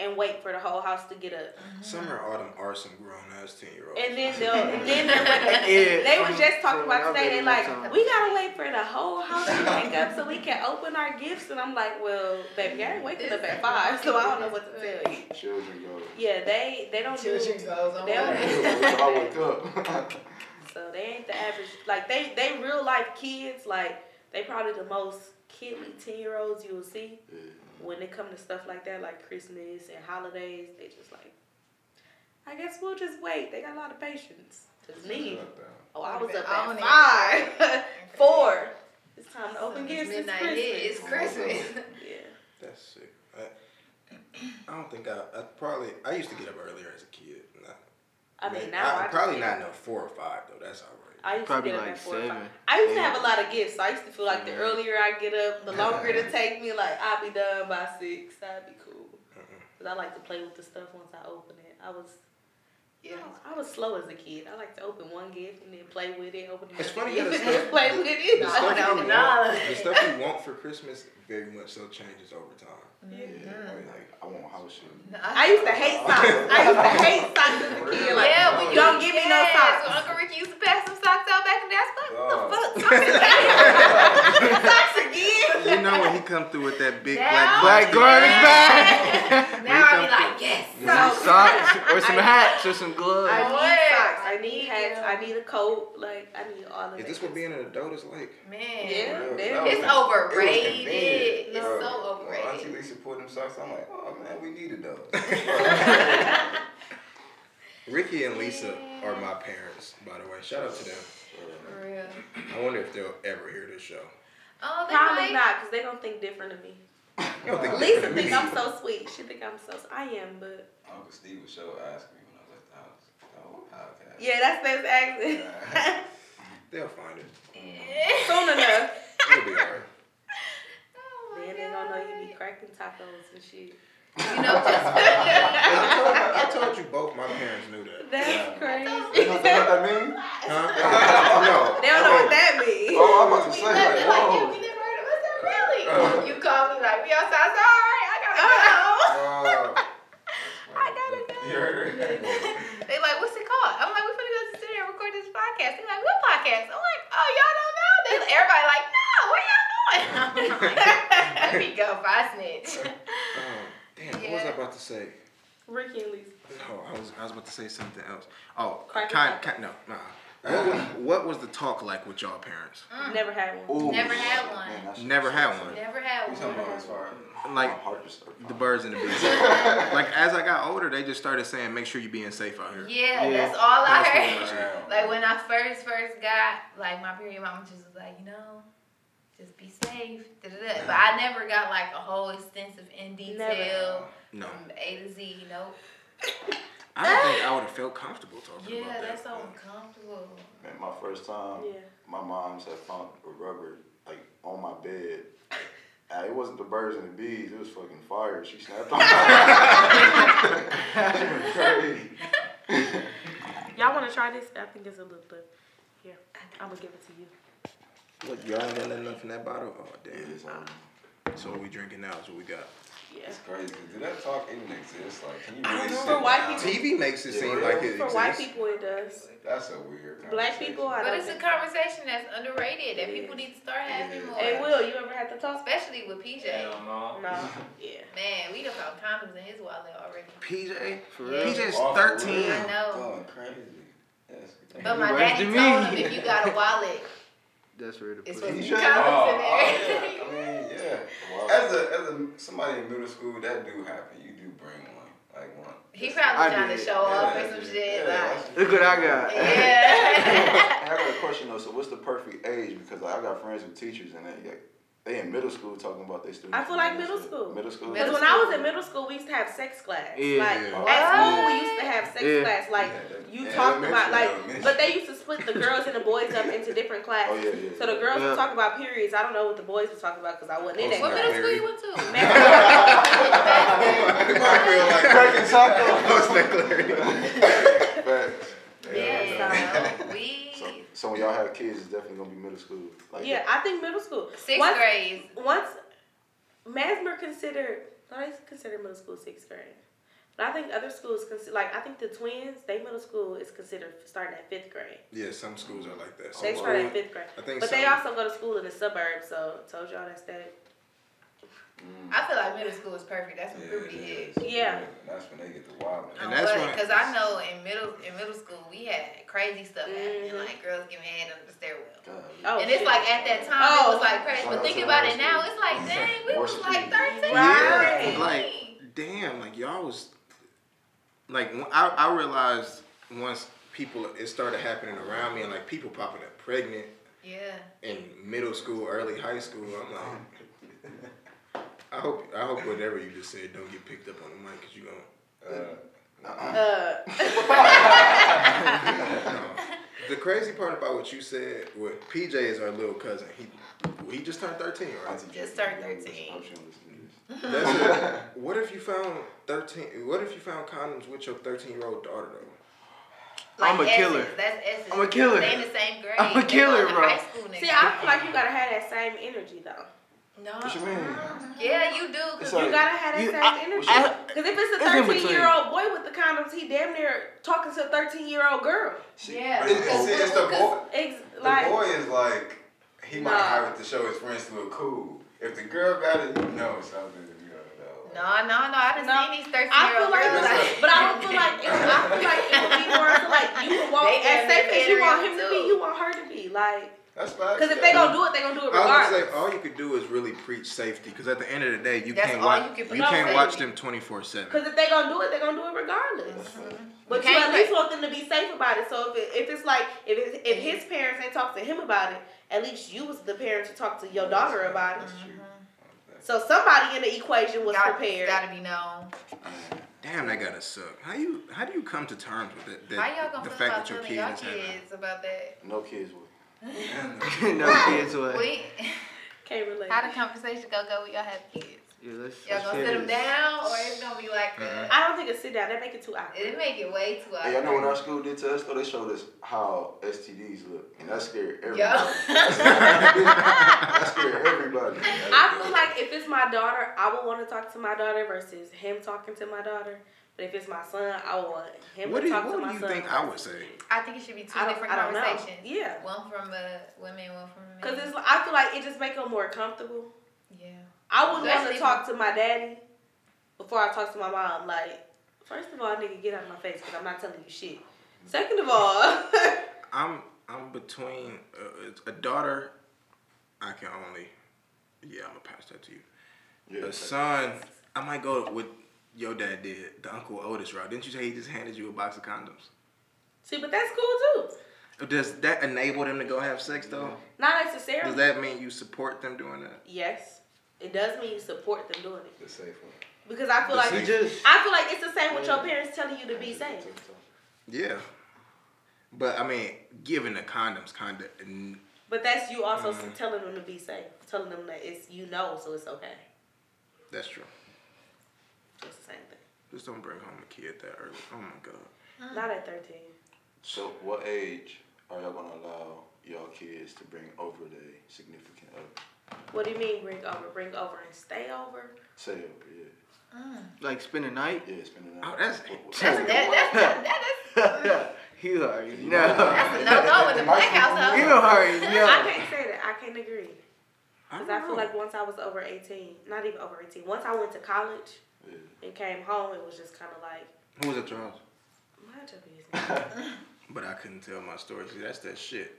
and wait for the whole house to get up,
Mm-hmm.
Summer and autumn are some grown ass ten year olds.
and then they'll and then they'll wake up. They were just talking about today. They like, we gotta wait for the whole house to wake up so we can open our gifts. And I'm like, well, baby, I ain't waking up at five, so I don't know what to tell you.
Children, yo.
Yeah, they they don't do they
Yo,
don't,
I wake up.
so they ain't the average. Like they they real life kids. Like they probably the most kidly ten year olds you will see
Mm-hmm.
when it come to stuff like that, like Christmas and holidays. They just like, I guess we'll just wait. They got a lot of patience. Cause me,
Shut down.
oh, I was up
Owning.
at five, four. It's time to open gifts. It's
Midnight hit.
Christmas.
It's Christmas.
Yeah.
That's sick. I, I don't think I, I probably I used to get up earlier as a kid. Nah.
I mean,
Man,
now I,
I,
just
probably
get
not
up-
no four or five though. That's all right.
I used
Probably
to get up
like
at four or five.
seven,
I used to
eight.
have a lot of gifts. So I used to feel like
Mm-hmm.
the earlier I get up, the longer it'll take me. Like I'll be done by six. That'd be cool. Cause I like to play with the stuff once I open it. I was
Yeah.
I was slow as a kid. I like to open one gift and then play with it, open
It's
another
funny
gift,
you
and then
gotta-
play with it.
The
I
stuff,
don't
we
know.
want, the stuff we want for Christmas very much so changes over time.
Yeah, like I want house shit.
I used to hate socks. I used to hate socks as a kid. Like, uh,
yeah, when you
don't give me no
yes,
socks.
when Uncle Ricky used to pass some socks out back in the day. I was like,
Oh.
what the fuck? Socks again? socks again?
You know when he come through with that big
Now-
black black garbage bag.
Now
When
I'd be
he come
like, yes.
Some
socks.
socks or some hats or some gloves.
I need
What?
socks. I need
I
hats.
need
I need a coat. Like, I need all of that.
Is this what being an adult is like?
Man.
Yeah,
Bro,
there
that
It's
it is.
was- it was
overrated.
convenient,
It's
bro.
so
When Auntie
overrated.
Lisa pulled them socks. I'm like, oh man, we needed those.
Ricky and Lisa are my parents, by the way. Shout out to them.
For real.
I wonder if they'll ever hear this show.
Oh, they
Probably
Probably
not, because they don't think different of me.
I don't think they're
Lisa
gonna be-
think I'm so sweet. She think I'm so. I am, but
Uncle Steve would show asked me when I left the house. Oh, podcast.
yeah, that's that's accent.
They'll find it.
Soon enough.
It'll be alright.
Oh my
Then they gonna know you be
God.
cracking tacos and shit.
You know, just.
I told, I told you both my parents knew that.
That's
You
crazy.
know what that mean?
Huh? no.
They don't know what that means.
Oh, I'm about to
We
say
left it
like,
like, yeah,
whoa.
we never heard of us. That
Uh.
really? You called me like, we outside. Sorry, I gotta go.
Uh,
I gotta go.
You heard her?
They like, what's it called? I'm like, we're gonna go sit there and record this podcast. They like, what podcast? I'm like, oh, y'all don't know. They, everybody like, no, where y'all going? I'm like, let me go, if I snitch.
um, damn, what was I about to say?
Ricky and Lisa.
No, I was I was about to say something else. Oh,
Cracker
kind,
Barrel.
kind no, nah. Uh, What was, what was the talk like with y'all parents?
Never had one.
Ooh,
Never had
shit,
one.
man, that shit
Never
was
had
so
one.
Never had
You
one.
talking about as far
Like
hard to start.
the birds and the bees. like as I got older, they just started saying, "Make sure you're being safe out here."
Yeah, that's all I
That's
heard.
what I
around?
Like when I first first got like my period, mama just was like, you know, just be safe. Da-da-da. But I never got like a whole extensive in
Never.
detail
No,
from A to Z. You know.
I don't think I would have felt comfortable talking about
Yeah,
that.
that's so uncomfortable.
Man, my first time,
Yeah.
my mom's had found a rubber like on my bed. Uh, it wasn't the birds and the bees. It was fucking fire. She snapped on. she went crazy.
Y'all want to try this? I think it's a little bit. Here, I'm gonna give it to you.
Look, y'all ain't got nothing left in that bottle. Oh damn!
It's on.
So what we drinking now is what we got.
Yeah.
It's crazy. 'cause Did that talk even exist? Like, can you
I
really
don't know.
sit
For white
down?
people-
TV makes it seem like it
For white
exists.
people, it does.
That's a weird.
Black
conversation.
people, I
But
don't.
it's a
think-
conversation that's underrated that
It
people
is.
need to start having more.
Hey, Will, you ever had to talk?
Especially with PJ.
No. Yeah.
Man, we done found condoms in his wallet already.
PJ, for
real?
PJ's
Off the
thirteen.
rip,
I know.
Going crazy. That's
But my
Worse
daddy
than
told
me.
him if you got a wallet,
That's where the
it's
pussy-
supposed to be
sure?
condoms in
Oh,
there.
yeah. I mean, yeah. As a as a somebody in middle school, that do happen. You do bring one, like one.
He
I
probably trying to
did.
show off or some shit.
Yeah,
like,
Look what I got.
yeah.
I have a question though. So, what's the perfect age? Because like, I got friends with teachers and they like, they in middle school talking about their students.
I feel like
doing
middle
shit.
school.
Middle school.
Because when I was in middle school, we used to have sex class.
Yeah.
Like
Yeah.
at school, we used to have sex
Yeah.
class. Like
Yeah,
you
yeah,
talked
elementary,
about like,
elementary.
but they used to split the girls and the boys up into different classes.
Oh, yeah, yeah,
So the girls would
Yeah.
talk about periods. I don't know what the boys were talking about because I wasn't in
What
that.
middle school you went to?
Cracking tacos. Facts.
Yeah, so we
So, so when y'all have kids, it's definitely gonna be middle school. Like,
Yeah, I think middle school.
sixth
Once-
grade.
Once Masmer considered, no, they consider middle school sixth grade. But I think other schools consider, like I think the twins, they middle school is considered starting at fifth grade.
Yeah, some schools are like that.
They
Some
start at
schools-
fifth grade.
I think
But they
some-
also go to school in the suburbs, so told y'all that's that.
I feel like middle school is perfect. That's when puberty hits.
it is.
Yeah.
That's when they get the wild.
And that's when-
because I know in middle in middle school we had crazy stuff happening,
Mhm.
like girls getting head under the stairwell.
God,
Oh,
and it's
shit.
like at that time
Oh.
it was like crazy, but thinking about it now, it's like dang, we was like thirteen.
Right.
like damn like y'all was like when- I, I realized once people it started happening around me and like people popping up pregnant
yeah,
in middle school early high school i'm like i hope i hope whatever you just said don't get picked up on the mic because you gonna
Uh,
no. the crazy part about what you said with pj is our little cousin he he just turned 13 right
Just turned 13.
I'm sure I'm listening to this.
That's it. what if you found 13 what if you found condoms with your 13 year old daughter though
Like
I'm a
essence.
killer.
That's essence.
I'm a killer.
They in the same grade.
I'm a
They
killer,
going to
bro.
High school next
See, I feel like you gotta have that same energy though.
No.
What you mean?
Yeah, you do. Cause
It's
you
like-
You gotta have that
You-
same
I-
energy.
I-
Because if it's a
it's
13
in
year old boy with the condoms, he damn near talking to a 13 year old girl.
yeah.
It's, it's, it's the boy.
Ex-
The
like,
boy is like he might
Nah.
have it to show his friends to look cool. If the girl got it, you know something. You don't know.
No, no, no. I done
No.
seen these 13
I
year
feel
old
like,
girls.
like-
but I don't feel like it, I feel like it would be more so like you would want
They
as
have
safe
that
as you want him to
energy,
be,
too.
you want her to be like.
That's fine.
Because if they gonna do it, they gonna do it
I was
regardless.
gonna say all you could do is really preach safety because at the end of the day you
That's
can't
all
watch
you
you,
can
can't
preach.
watch them twenty four seven.
Because if they gonna do it, they gonna do it regardless.
Mm-hmm.
But
You
you
can't
at least want them to be safe about it. So if it, if it's like if it, if his parents ain't talk to him about it, at least you was the parent to talk to
Mm-hmm.
your daughter about it.
That's true.
So somebody in the equation was
Got-
prepared.
Gotta be known.
Damn, that gotta suck. How you how do you come to terms with it? That,
How y'all gonna
the
feel about
fact that your
telling
kid
y'all
is having
kids about that?
No kids would.
no kids what?
We,
Can't relate.
how the conversation go go when y'all have kids?
Yeah, let's,
Y'all
let's
gonna
hear
sit them
this.
down or it's gonna be like a,
I don't think it's sit down. That make it too
Mm-hmm.
awkward.
it make it way too
Hey, I know
awkward.
when our school did to us, though, they showed us how STDs look, and that scared everybody.
Yo.
That scared everybody.
I feel like if it's my daughter, I would want to talk to my daughter versus him talking to my daughter. But if it's my son, I would want him
What
to
do you,
talk to
what
my
do you
son.
think I would say?
I think it should be two
I don't-
different
I don't know.
conversations.
Yeah.
One from a woman, one from a man.
Cause it's, I feel like it just make them more comfortable.
yeah.
I would want
Especially-
to talk to my daddy before I talk to my mom. Like, first of all, nigga, get out of my face because I'm not telling you shit. Second of all,
I'm I'm between uh, a, a daughter. I can only yeah I'm gonna pass that to you.
Yeah,
A
like,
son, I might go with your dad did the Uncle Otis route. Didn't you say he just handed you a box of condoms?
see, but that's cool too.
Does that enable them to go have sex though?
Not necessarily.
Does that mean you support them doing that?
yes, it does mean you support them doing it
The safe one.
because I feel
The
like
same-
You just
I feel like it's the same with your parents telling you to be safe.
Yeah. But I mean, giving the condoms kind of
But that's you also
Mm-hmm.
s telling them to be safe, telling them that it's you know, so it's okay.
that's true.
It's the same thing.
Just don't bring home a kid that early. Oh my god.
Not at thirteen.
So, what age are y'all gonna allow y'all kids to bring over their significant other?
What do you mean bring over? Bring over and stay over?
Say over, yeah.
like spend the night.
Yeah, spend the
Oh,
night.
that's
What- what-
That's, that, that's, that,
you already know.
that's, that's a no-go in the black
You
household.
already
I
know.
can't say that. I can't agree.
I,
Because
don't
I feel
know.
like once I was over 18, not even over 18, once I went to college
Yeah.
and came home, it was just kind of like,
who was at your house?
mind your business.
But I couldn't tell my story. See, that's that shit.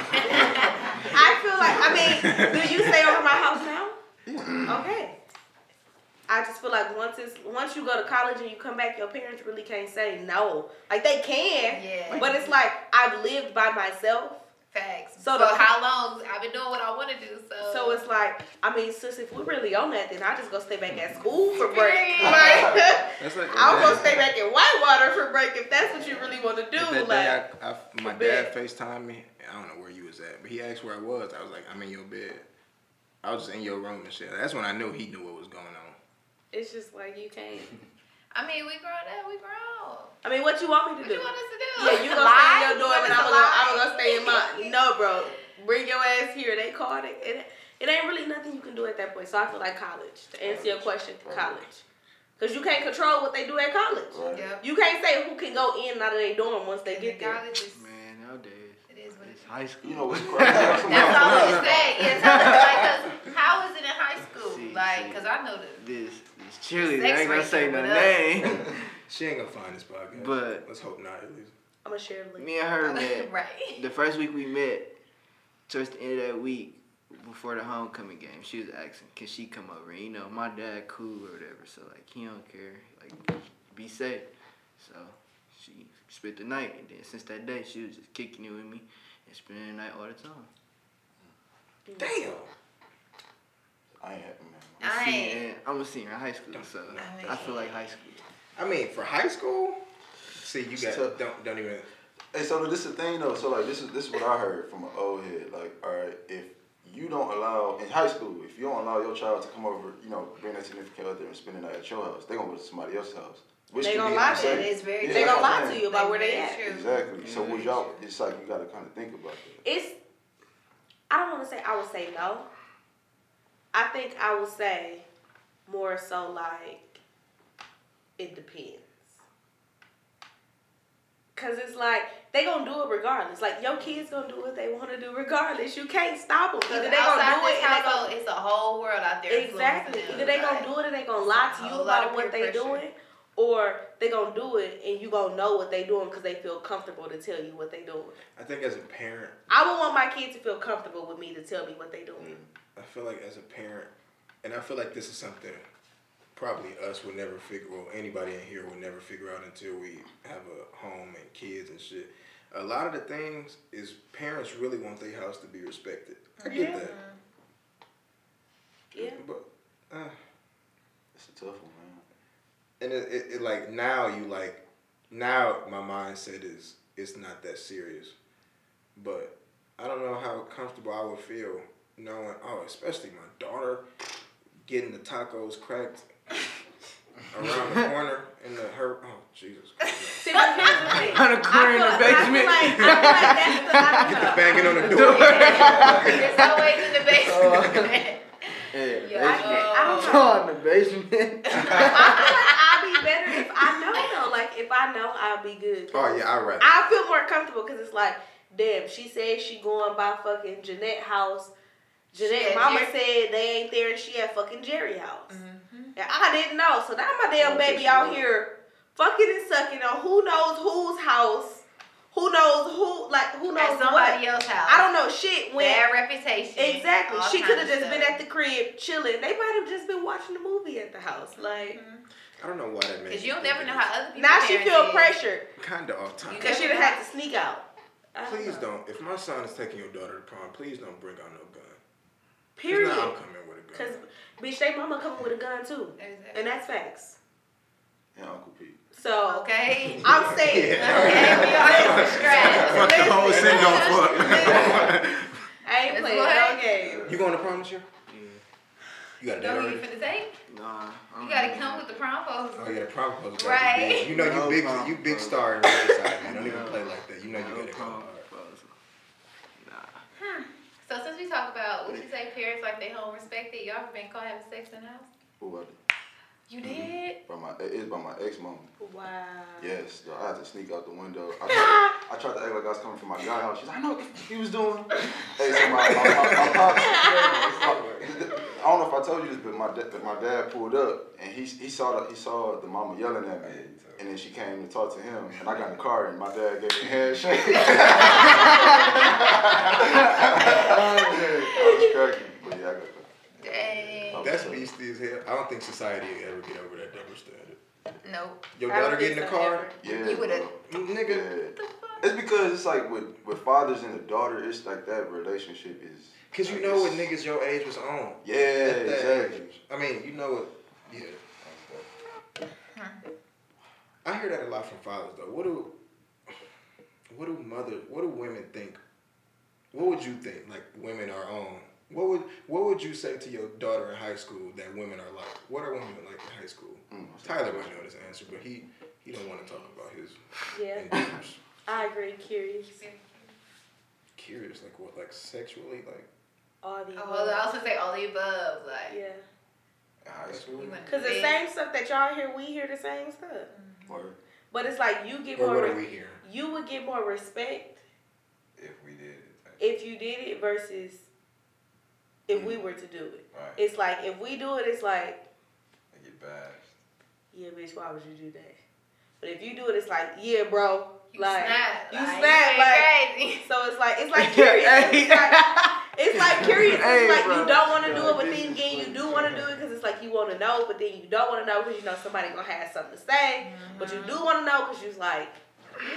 I feel like, I mean, do you stay over my house now? Okay. I just feel like once it's once you go to college and you come back, your parents really can't say no. Like they can,
Yeah.
but it's like I've lived by myself,
Facts.
So
So,
the-
how long? I've been doing what I want to do, so.
so it's like I mean, sis, if we're really on that, then I just go stay back at school for break.
Period.
Like,
That's like
I'm gonna stay back in Whitewater for break if that's what you really want to do.
But That
like,
day, I, I, my
bed.
dad FaceTimed me. I don't know where you was at, but he asked where I was. I was like, I'm in your bed. I was just in your room and shit. That's when I knew he knew what was going on.
it's just like you can't.
I mean, we grown up, we grown.
I mean, what you want me
What
to do?
you want us to do?
yeah, you gonna
Lie?
stay in your door
want
and
us to
I'm gonna,
lie?
I'm gonna stay in mine. No, bro, bring your ass here. They called it. it. It ain't really nothing you can do at that point. So I feel like college. To answer your question, college, because you can't control what they do at college.
Right.
Yep.
You can't say who can go in and out of their dorm once they get there.
College is,
Man, nowadays
it is what it
it's
is.
high school.
You know what's crazy?
That's all I'm saying. Yeah, tell us, like, 'cause how is it in high school?
See,
like,
see.
because I know the
this this cheerleader.
Sex
I ain't gonna
rate
say no
went up.
name.
She ain't gonna find this podcast.
But-
let's hope not. At least.
I'm gonna share the link.
Me and her met
right.
the first week we met. Towards the end of that week, before the homecoming game, she was asking, "Can she come over?" And you know, my dad cool or whatever, so like he don't care. Like, be safe. So she spent the night, and then since that day, she was just kicking it with me and spending the night all the time.
Damn.
I ain't happy, man.
I ain't.
And I'm a senior in high school, so
Aight.
I feel like high school.
I mean, for high school. See, you got
tough.
don't don't even.
Hey, so this is the thing though. So like this is this is what I heard from an old head. Like, all right, if you don't allow in high school, if you don't allow your child to come over, you know, bring their significant other and spend the night at your house, they're gonna go to somebody else's house. Which
They
could
gonna
be
lie to
unsafe.
you.
It's very
Yeah,
They gonna
that's
lie
the
to
thing.
you Mm-hmm. about where they
That's
at.
true.
Exactly. So
Yeah.
what y'all? It's like you gotta kind of think about that.
It's. I don't want to say I would say no. I think I would say more so like it depends. Cause it's like they gonna do it regardless. Like your kids gonna do what they want to do regardless. You can't stop them. Either
Because
they gonna
outside
do it
this
and they gonna
household, it's a whole world out there.
Exactly.
influencing
Either
them,
they
like-
gonna do it and they gonna lie to
A
you
lot
about
of
what they
peer pressure.
doing, or they gonna do it and you gonna know what they doing because they feel comfortable to tell you what they doing.
I think as a parent,
I would want my kid to feel comfortable with me to tell me what they
Mm.
doing.
I feel like as a parent, and I feel like this is something probably us will never figure, well, anybody in here will never figure out until we have a home and kids and shit. A lot of the things is parents really want their house to be respected. I get that.
Yeah.
But, uh,
It's a tough one, man.
and it, it, it like now you like now my mindset is it's not that serious but i don't know how comfortable i would feel knowing oh especially my daughter getting the tacos cracked around the corner in the her oh jesus Christ.
See, but here's the thing.
On a corner in the
I feel-
basement.
I feel like, I feel like that's the. I
Get
don't know.
the banging on the door
It's always in the basement.
Hey,
Yeah,
I,
basement.
can't, I don't know.
Oh, in the basement.
I feel like I'll be better if I know though. Like if I know, I'll be good.
oh yeah i rather
I feel more comfortable because it's like, damn, she said she going by fucking Jeanette house.
She
Jeanette
at
mama
Jer-
said they ain't there. and She at fucking Jerry house.
Mm-hmm.
And I didn't know. So now my damn
Oh,
baby
she
out
knew.
here fucking and sucking on who knows whose house. Who knows who like who
At
knows
somebody
what.
else's house.
I don't know shit when
Bad reputation.
Exactly.
all
She
kinds
could have
of
just been
stuff.
at the crib chilling. They might have just been watching the movie at the house. Like
i don't know why that man
Cause you'll never know how other Mm-hmm. people.
now she
parents
feel
is.
pressured
kind of off topic
because she'd have had to sneak out. I don't
please
know.
don't if my son is taking your daughter to prom please don't bring out no gun 'Cause
Period.
now i'm coming with a gun
Cause bitch, they mama coming with a gun too,
Exactly.
and that's facts.
And Uncle Pete.
So
Okay.
I'm saying,
Okay, we already subscribed.
Fuck the whole
Listen.
send off up.
I ain't
That's
playing
what-
no game.
you going to prom this year you got a date
Know who
already
you finna take?
Nah. I
You
don't
gotta
know.
come with the prom
Oh
photos.
yeah, the prom gotta be
Right.
big. You know
No
you big,
prom
you big
pose.
star in Riverside. You don't even
No.
play like that. You know you
No
gotta go.
prom
hard.
proposal. Nah.
So since we talk about, would you say parents like they home respected? Y'all ever been caught having sex in the house?
Who I did.
You did.
By my it is by my ex mom.
Wow.
Yes, though, I had to sneak out the window. I tried, I tried to act like I was coming from my guy house. She's like, I know what he was doing. Hey, so my, my, my, my pops, I don't know if I told you this, but my dad, my dad pulled up and he he saw the, he saw the mama yelling at me, and then she came to talk to him, and I got in the car, and my dad gave me a handshake. I was cracking, but yeah, I got.
Dang.
That's beastly as hell. I don't think society will ever get over that double standard.
Nope.
Your
I don't
daughter get in
think
the
so
car,
ever.
Yeah,
You would've-
bro.
nigga.
Yeah. It's because it's like with, with fathers and the daughter, it's like that relationship is.
Cause you
like,
know what
it's-
niggas your age was on.
Yeah,
At that
exactly.
age. I mean, you know what? Yeah. I hear that a lot from fathers though. What do, what do mother, what do women think? What would you think? Like women are on. What would what would you say to your daughter in high school that women are like? What are women like in high school?
Mm.
Tyler might know this answer, but he he don't want to talk about his
Yeah,
endeavors.
I agree. Curious.
Curious, like what, like sexually, like
All the
Oh, well, I also say all the above. Like,
yeah.
In high school.
you went
Cause the
big.
same stuff that y'all hear, we hear the same stuff.
Mm-hmm.
Or
But it's like you get
or
more.
what are
re-
we hearing?
You would get more respect
If we did it. like,
if you did it versus if we
Mm.
were to do it.
Right.
It's like if we do it, it's like
I get bashed.
yeah, bitch, why would you do that? But if you do it, it's like, yeah, bro.
You
like,
snap.
you
like,
snap,
ain't
like-
crazy.
So it's like, it's like curious. it's, like, it's like curious. It's
Hey,
like
bro.
you don't want to do
Yeah,
it, but
this
then
is
again, you
what
do
it's
want to do it because it's like you want to know, but then you don't want to know because you know somebody gonna have something to say. But you do want to know because you're like,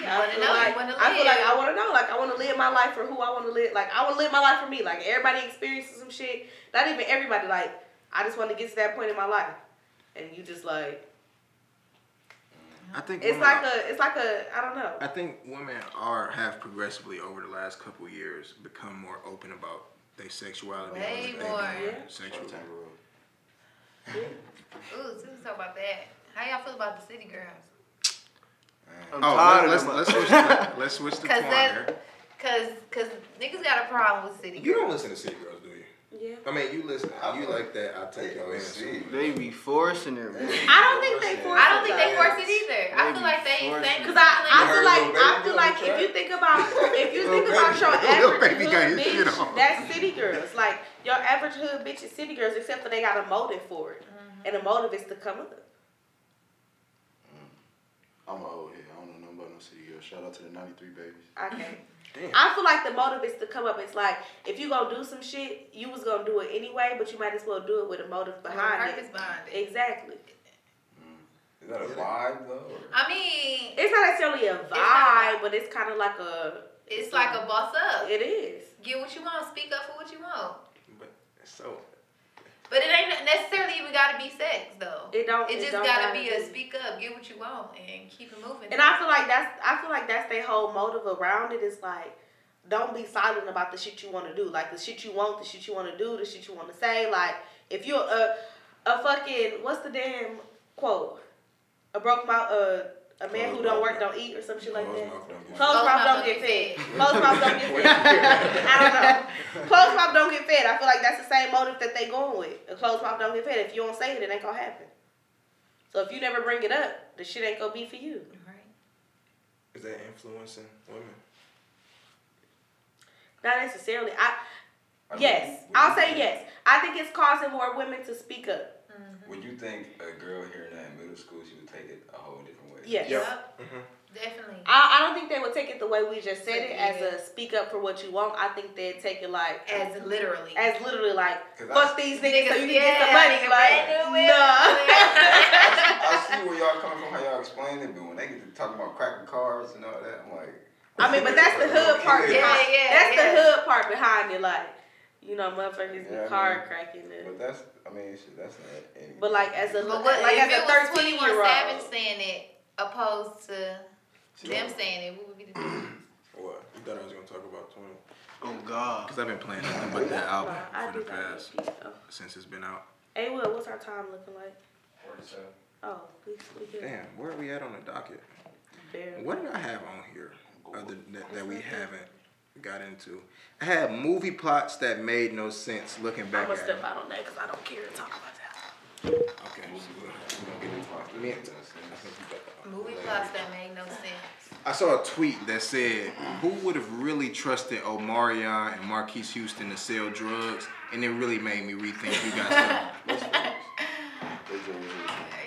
yeah, I
wanna
feel
know, Mm-hmm. you
like
wanna
I feel like
live.
I want to know. Like I want to live my life for who I want to live. Like I want to live my life for me. Like everybody experiences some shit. Not even everybody. Like I just want to get to that point in my life, and you just like.
I think
It's like a, it's like a, I don't know.
I think women are have progressively over the last couple years become more open about their sexuality. and
Way
what they
more.
doing
Yeah.
sexually.
Short-term road.
Ooh, so we talk about that. How y'all feel about the city girls?
I'm
Oh,
tired
let, let's,
of them.
let's switch the, let's switch the
Cause
corner.
that, cause, cause niggas got a problem with city
You
girls.
don't listen to City Girls, do you?
Yeah.
I mean, you listen.
I
You
don't.
like that? I take your answer.
see.
They be forcing it. bro.
Hey,
I don't think they
force
force.
it.
I don't think they force it either. I
They
feel
be
like they ain't
forcing
saying
it.
Cause I, I feel
Heard
like I
Lil Baby
feel
Gun
like if
track.
you think about if you think
Lil
about
Baby-
your
Lil
average
Baby got
hood
his shit
bitch,
on.
that's city girls. Like your average hood bitch is city girls, except that they got a motive for it,
Mm-hmm.
and the motive is to come up.
I'm an old head. I don't know nothing about no city girl. Shout out to the 93 babies.
Okay.
Damn.
I feel like the motive is to come up. It's like if you gonna do some shit, you was gonna do it anyway, but you might as well do it with a motive behind
Purpose
it.
behind it.
Exactly.
Is that a vibe though? or-
I mean,
It's not necessarily a
not-
vibe, but it's kind of like a.
it's like a boss up.
It is.
Get what you want. Speak up for what you want.
But so
But it ain't necessarily even gotta be sex though.
It don't.
It just
don't
gotta
matter
be
to
a
me.
speak up, get what you want, and keep it moving.
And I feel like that's I feel like that's their whole motive around it is like don't be silent about the shit you want to do, like the shit you want, the shit you want to do, the shit you want to say. Like if you're a a fucking what's the damn quote? A broke mouth, uh, a man who don't work don't eat or some shit like
closed
that.
mouth don't get
Closed mouth don't get fed. Closed mouth don't get fed. I don't know. Closed mouth don't get fed. I feel like that's the same motive that they going with. A closed mouth don't get fed. If you don't say it, it ain't gonna happen. So if you never bring it up, the shit ain't gonna be for you.
Right.
is that influencing women?
Not necessarily. I
I mean,
yes,
would
I'll
you
say
think-
yes. I think it's causing more women to speak up.
Would you think a girl hearing that in middle school, she would take it a whole different way?
Yes.
Yep.
Mm-hmm.
Mhm.
Definitely.
I, I don't think they would take it the way we just said it as
Yeah.
a speak up for what you want. I think they'd take it like as,
As literally.
literally like
'Cause I-
fuck these niggas so you can get some
yeah,
money.
nigga, brand new
Like
whip,
no.
I see where y'all coming from, how y'all explain it, but when they get to talking about cracking cars and all that, I'm like.
I mean, but that's the hood part
Yeah,
behind.
yeah,
that's
yeah.
the hood part behind it. Like you know, motherfuckers
Yeah, I
be car
mean,
cracking. And,
But that's, I mean, shit, that's not. Any,
but like as a
But what,
like
if
as
it
a
was
thirteen
21
year
Savage
old.
saying it opposed to
She
them
don't-
saying it, what would be the difference?
What? You thought I was gonna talk about twenty?
Oh God.
Because I've been playing nothing but that album
I
for the
do not
past
like people.
since it's been out.
Hey, Will, what's our time looking like?
Forty-seven.
Oh, we, we can
Damn, where are we at on the docket?
barely.
What did I have on here other that, that we haven't got into? I had movie plots that made no sense looking
I'm
back
gonna
at it.
step out on that because I don't care to talk about that.
Okay.
We don't get into foster
Me-
care, that's it.
Movie plots that make no sense.
I saw a tweet that said, "Who would have really trusted Omarion and Marquise Houston to sell drugs?" And it really made me rethink. You guys,
They just-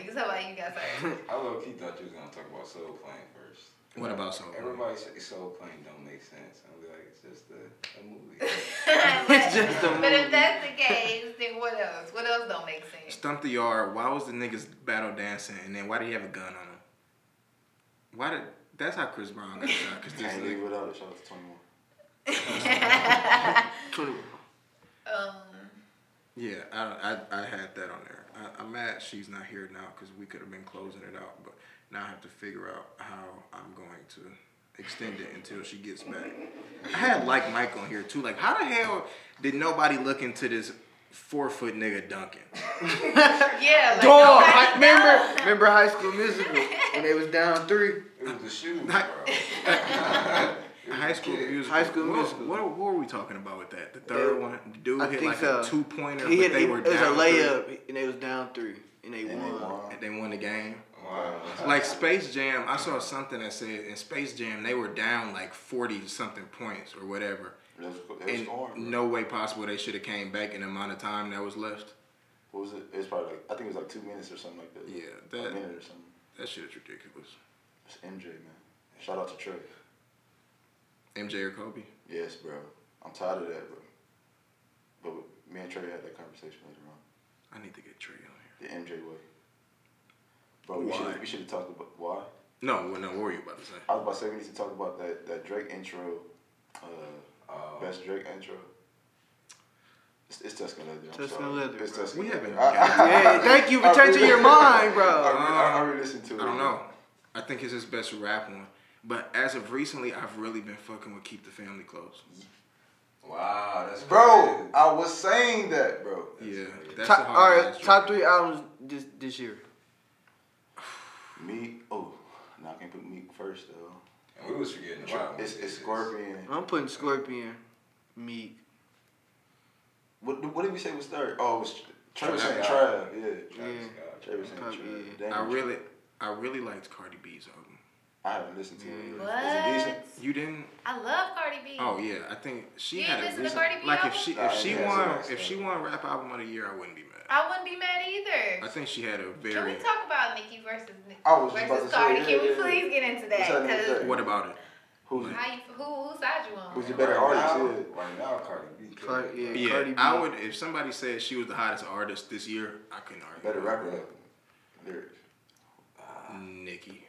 You talk about you guys are.
I low key thought you was gonna talk about soul plane first.
What about Soul Plane?
Everybody say soul plane don't make sense. I'm be like, it's just a, a movie.
but,
just a
but
movie.
if that's the case, then what else? What else don't make sense?
stump the yard. Why was the niggas battle dancing? And then why did he have a gun on him? Why did? That's how Chris Brown got shot. Cause this
Can't leave
nigga.
without it. Shout out to 21.
Twenty-one.
Um,
Yeah, I, I I had that on there. I, I'm mad she's not here now because we could have been closing it out, but now I have to figure out how I'm going to extend it until she gets back. I had like Mike on here too. Like, how the hell did nobody look into this four foot nigga dunking?
yeah, like
Dog,
nobody
I, remember,
knows.
remember High School Musical when they was down three.
It was the shoes, bro.
Not-
It was
High
the
school
kid.
musical.
High School
what,
Musical.
What, what were we talking about with that? The third
Yeah.
one. The dude
I
hit
think
like a
so.
two pointer, but
He hit,
they
he,
were
it was a
down
layup, and they was down three, and they
And they
won.
won.
three, and they won the game.
Wow.
Like Space Jam, I saw something that said in Space Jam they were down like forty something points or whatever,
That was, that was
and
scoring, bro.
no way possible they should have came back in the amount of time that was left.
What was it? It was probably like, I think it was like two minutes or something like that.
Yeah,
A
that
minute or something.
that shit is ridiculous.
It's MJ, man. Shout out to Trey.
MJ or Kobe?
Yes, bro. I'm tired of that, bro. But me and Trey had that conversation later on.
I need to get Trey on
The MJ way. Bro, we
Why?
should we should have talked about why.
here. No, well, no, what were you about to say?
I was about to say we need to talk about that, that Drake intro, uh,
Oh.
best Drake intro. It's, it's Tuscan Leather. I'm
Tuscan
sorry.
Leather,
It's
bro.
Tuscan
We
Leather.
haven't
I,
got-
I,
Hey, thank you for
I
changing your
really-
mind,
I,
bro.
re- I, I really listened to it.
I don't know. I think it's his best rap one. But as of recently, I've really been fucking with Keep the Family Close.
Wow, that's
Bro,
crazy.
I was saying that, bro.
Yeah,
weird.
that's
Top,
a
all
hard
right,
ass
top
track.
three albums this this year.
Meek. Oh, now I can't put Meek first though.
And we was forgetting a lot. when we
It's,
did
it's
this.
Scorpion.
I'm putting Scorpion, Meek.
What what did we say was third? Oh, it was Travis
Travis
and
Scott.
Trav. Yeah,
Yeah.
Travis Scott.
Travis and
Probably,
Trav.
yeah.
Damn,
I really, I really liked Cardi B's album.
I haven't listened to it.
What?
yet. Is it decent?
You didn't?
I love Cardi B.
Oh yeah, I think she
You
had
didn't
a
listen to
reason.
Cardi B
Like if
album?
she
Nah,
if she
Oh, yeah, that's
won
what I
if she
said.
won rap album of the year, I wouldn't be mad.
I wouldn't be mad
I
either.
think she had a
Can
very.
we talk about Nicki versus Nicki
I was just about
versus
to say,
Cardi?
yeah,
Can we
yeah, yeah.
please get into that?
What's that nigga
'Cause
third?
What about it?
Who's
how you, who who's side you on?
who's the
Right
better artist?
now-
yeah.
Right now, Cardi B. killed
Car-
it.
yeah,
Yeah,
Cardi B.
I would. If somebody said she was the hottest artist this year, I couldn't argue.
Better rapper
Yeah.
though. Lyrics.
Nicki.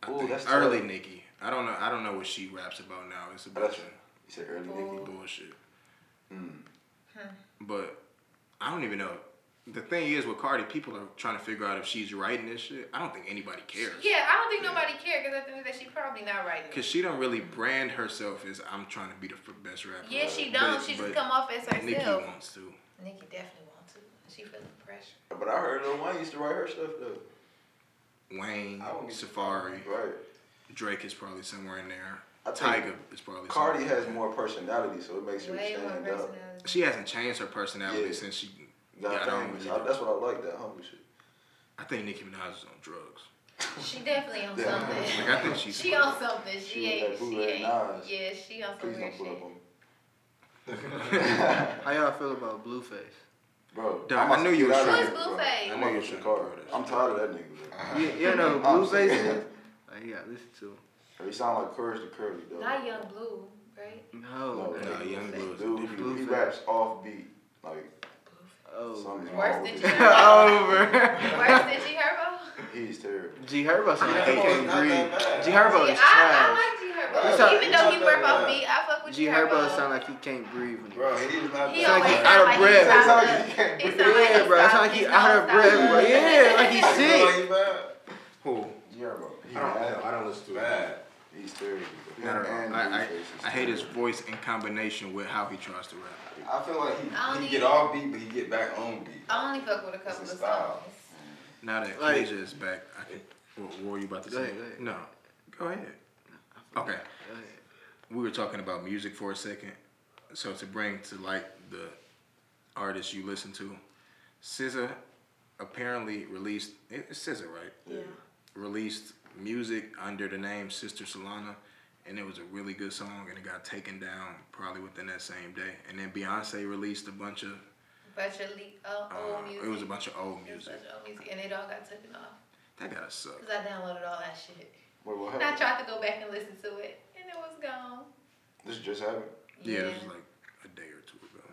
I
Ooh,
think
that's
early
tough.
Nicki. I don't know. I don't know what she raps about now. It's a
Oh,
bunch
that's
of
You said early
Oh.
Nicki.
bullshit.
Mm.
Hmm.
But I don't even know. The thing is with Cardi, people are trying to figure out if she's writing this shit. I don't think anybody cares.
Yeah, I don't think nobody cared because at the end of the day, she probably not writing.
Cause she don't really brand herself as I'm trying to be the f- best rapper.
Yeah, she don't.
But-
she just
but
come off as herself.
Nicki
Nikki,
wants to.
definitely wants to. She feeling pressure.
But I heard Lil Wayne used to write her stuff though.
Wayne,
I wouldn't be-
Safari,
Right.
Drake is probably somewhere in there.
I think
Tiger is probably.
Cardi
somewhere in
has
there.
more personality, so it makes her
Way more
stand out.
personality.
She hasn't changed her personality
Yeah.
since she.
Got
Yeah, I don't
famous.
really
I-
know.
that's what I like. That humble shit.
I think Nicki Minaj is on drugs.
She definitely on
Yeah.
something.
Like I think she's.
She on something. She,
She with
ain't.
that blue
She
red
ain't.
Nas.
Yeah, she on some
Please
weird
don't pull
shit.
up on me,
How y'all feel about Blueface?
bro.
Dog,
I'm
I
about
knew
to
you
get
was
out of
Who
trying
is
here, bro.
Blueface?
I
I'm
know
about
you
to
was trying
get
to
Cardi.
throw this.
I'm tired of that nigga. Bro.
You, you know who Blueface is? Like, you gotta listen to him.
He sound like Courage the Curly though.
Not Young Blue, right?
No.
No,
man.
Nah, Young Blue is a
Dude,
different-
he, he
Blueface.
raps off beat. Like
Oh.
something's
Worse
wrong
than
with
G.
him.
Over.
Worse than G Herbo.
He's terrible.
G Herbo sound like
I
he
know
can
it's
not that
breathe.
bad.
G Herbo
Yeah,
is trash.
I, I like G Herbo.
It's
not-
Even
it's
though
not
he
that
rap off
bad.
beat, I fuck with
G
G
Herbo
Herbo.
sound like he can't breathe. when he-
Bro, he is not
he
bad.
sound
always
like he
sound
out
like
of
he's
breath.
out
Sound like
of He sound like he's out-
Yeah, bro. It sound like he
he can't breathe.
he's
out of
nonstop.
breath, bro. Yeah, like he's
You know
sick.
he bad?
Who?
Guillermo.
I don't know. I don't listen to it.
Bad.
He's terrible. bro.
Not at all.
And
I, I,
Blueface is
I hate his
terrible.
voice in combination with how he tries to rap.
I feel like he,
I don't
he
need-
get off beat, but he get back on beat.
I only fuck with a couple
It's
of songs.
a style.
Now that
Like-
Kasia is back, I can. What, what were you about to
Go
say?
ahead, go ahead.
No. Go ahead. Okay.
Go ahead.
We were talking about music for a second. So to bring to light the artists you listen to, SZA apparently released. it- It's SZA, right?
Yeah.
Released music under the name Sister Solana, and it was a really good song, and it got taken down probably within that same day. And then Beyonce released a bunch of
But your le- uh,
Uh,
old music.
it was a bunch of old
It was
music.
such old music, and it all got taken off.
That gotta suck.
Because I downloaded all that shit.
Wait, what
And I
happened?
tried to go back and listen to it, and it was gone.
This just happened.
Yeah, it was like a day or two ago.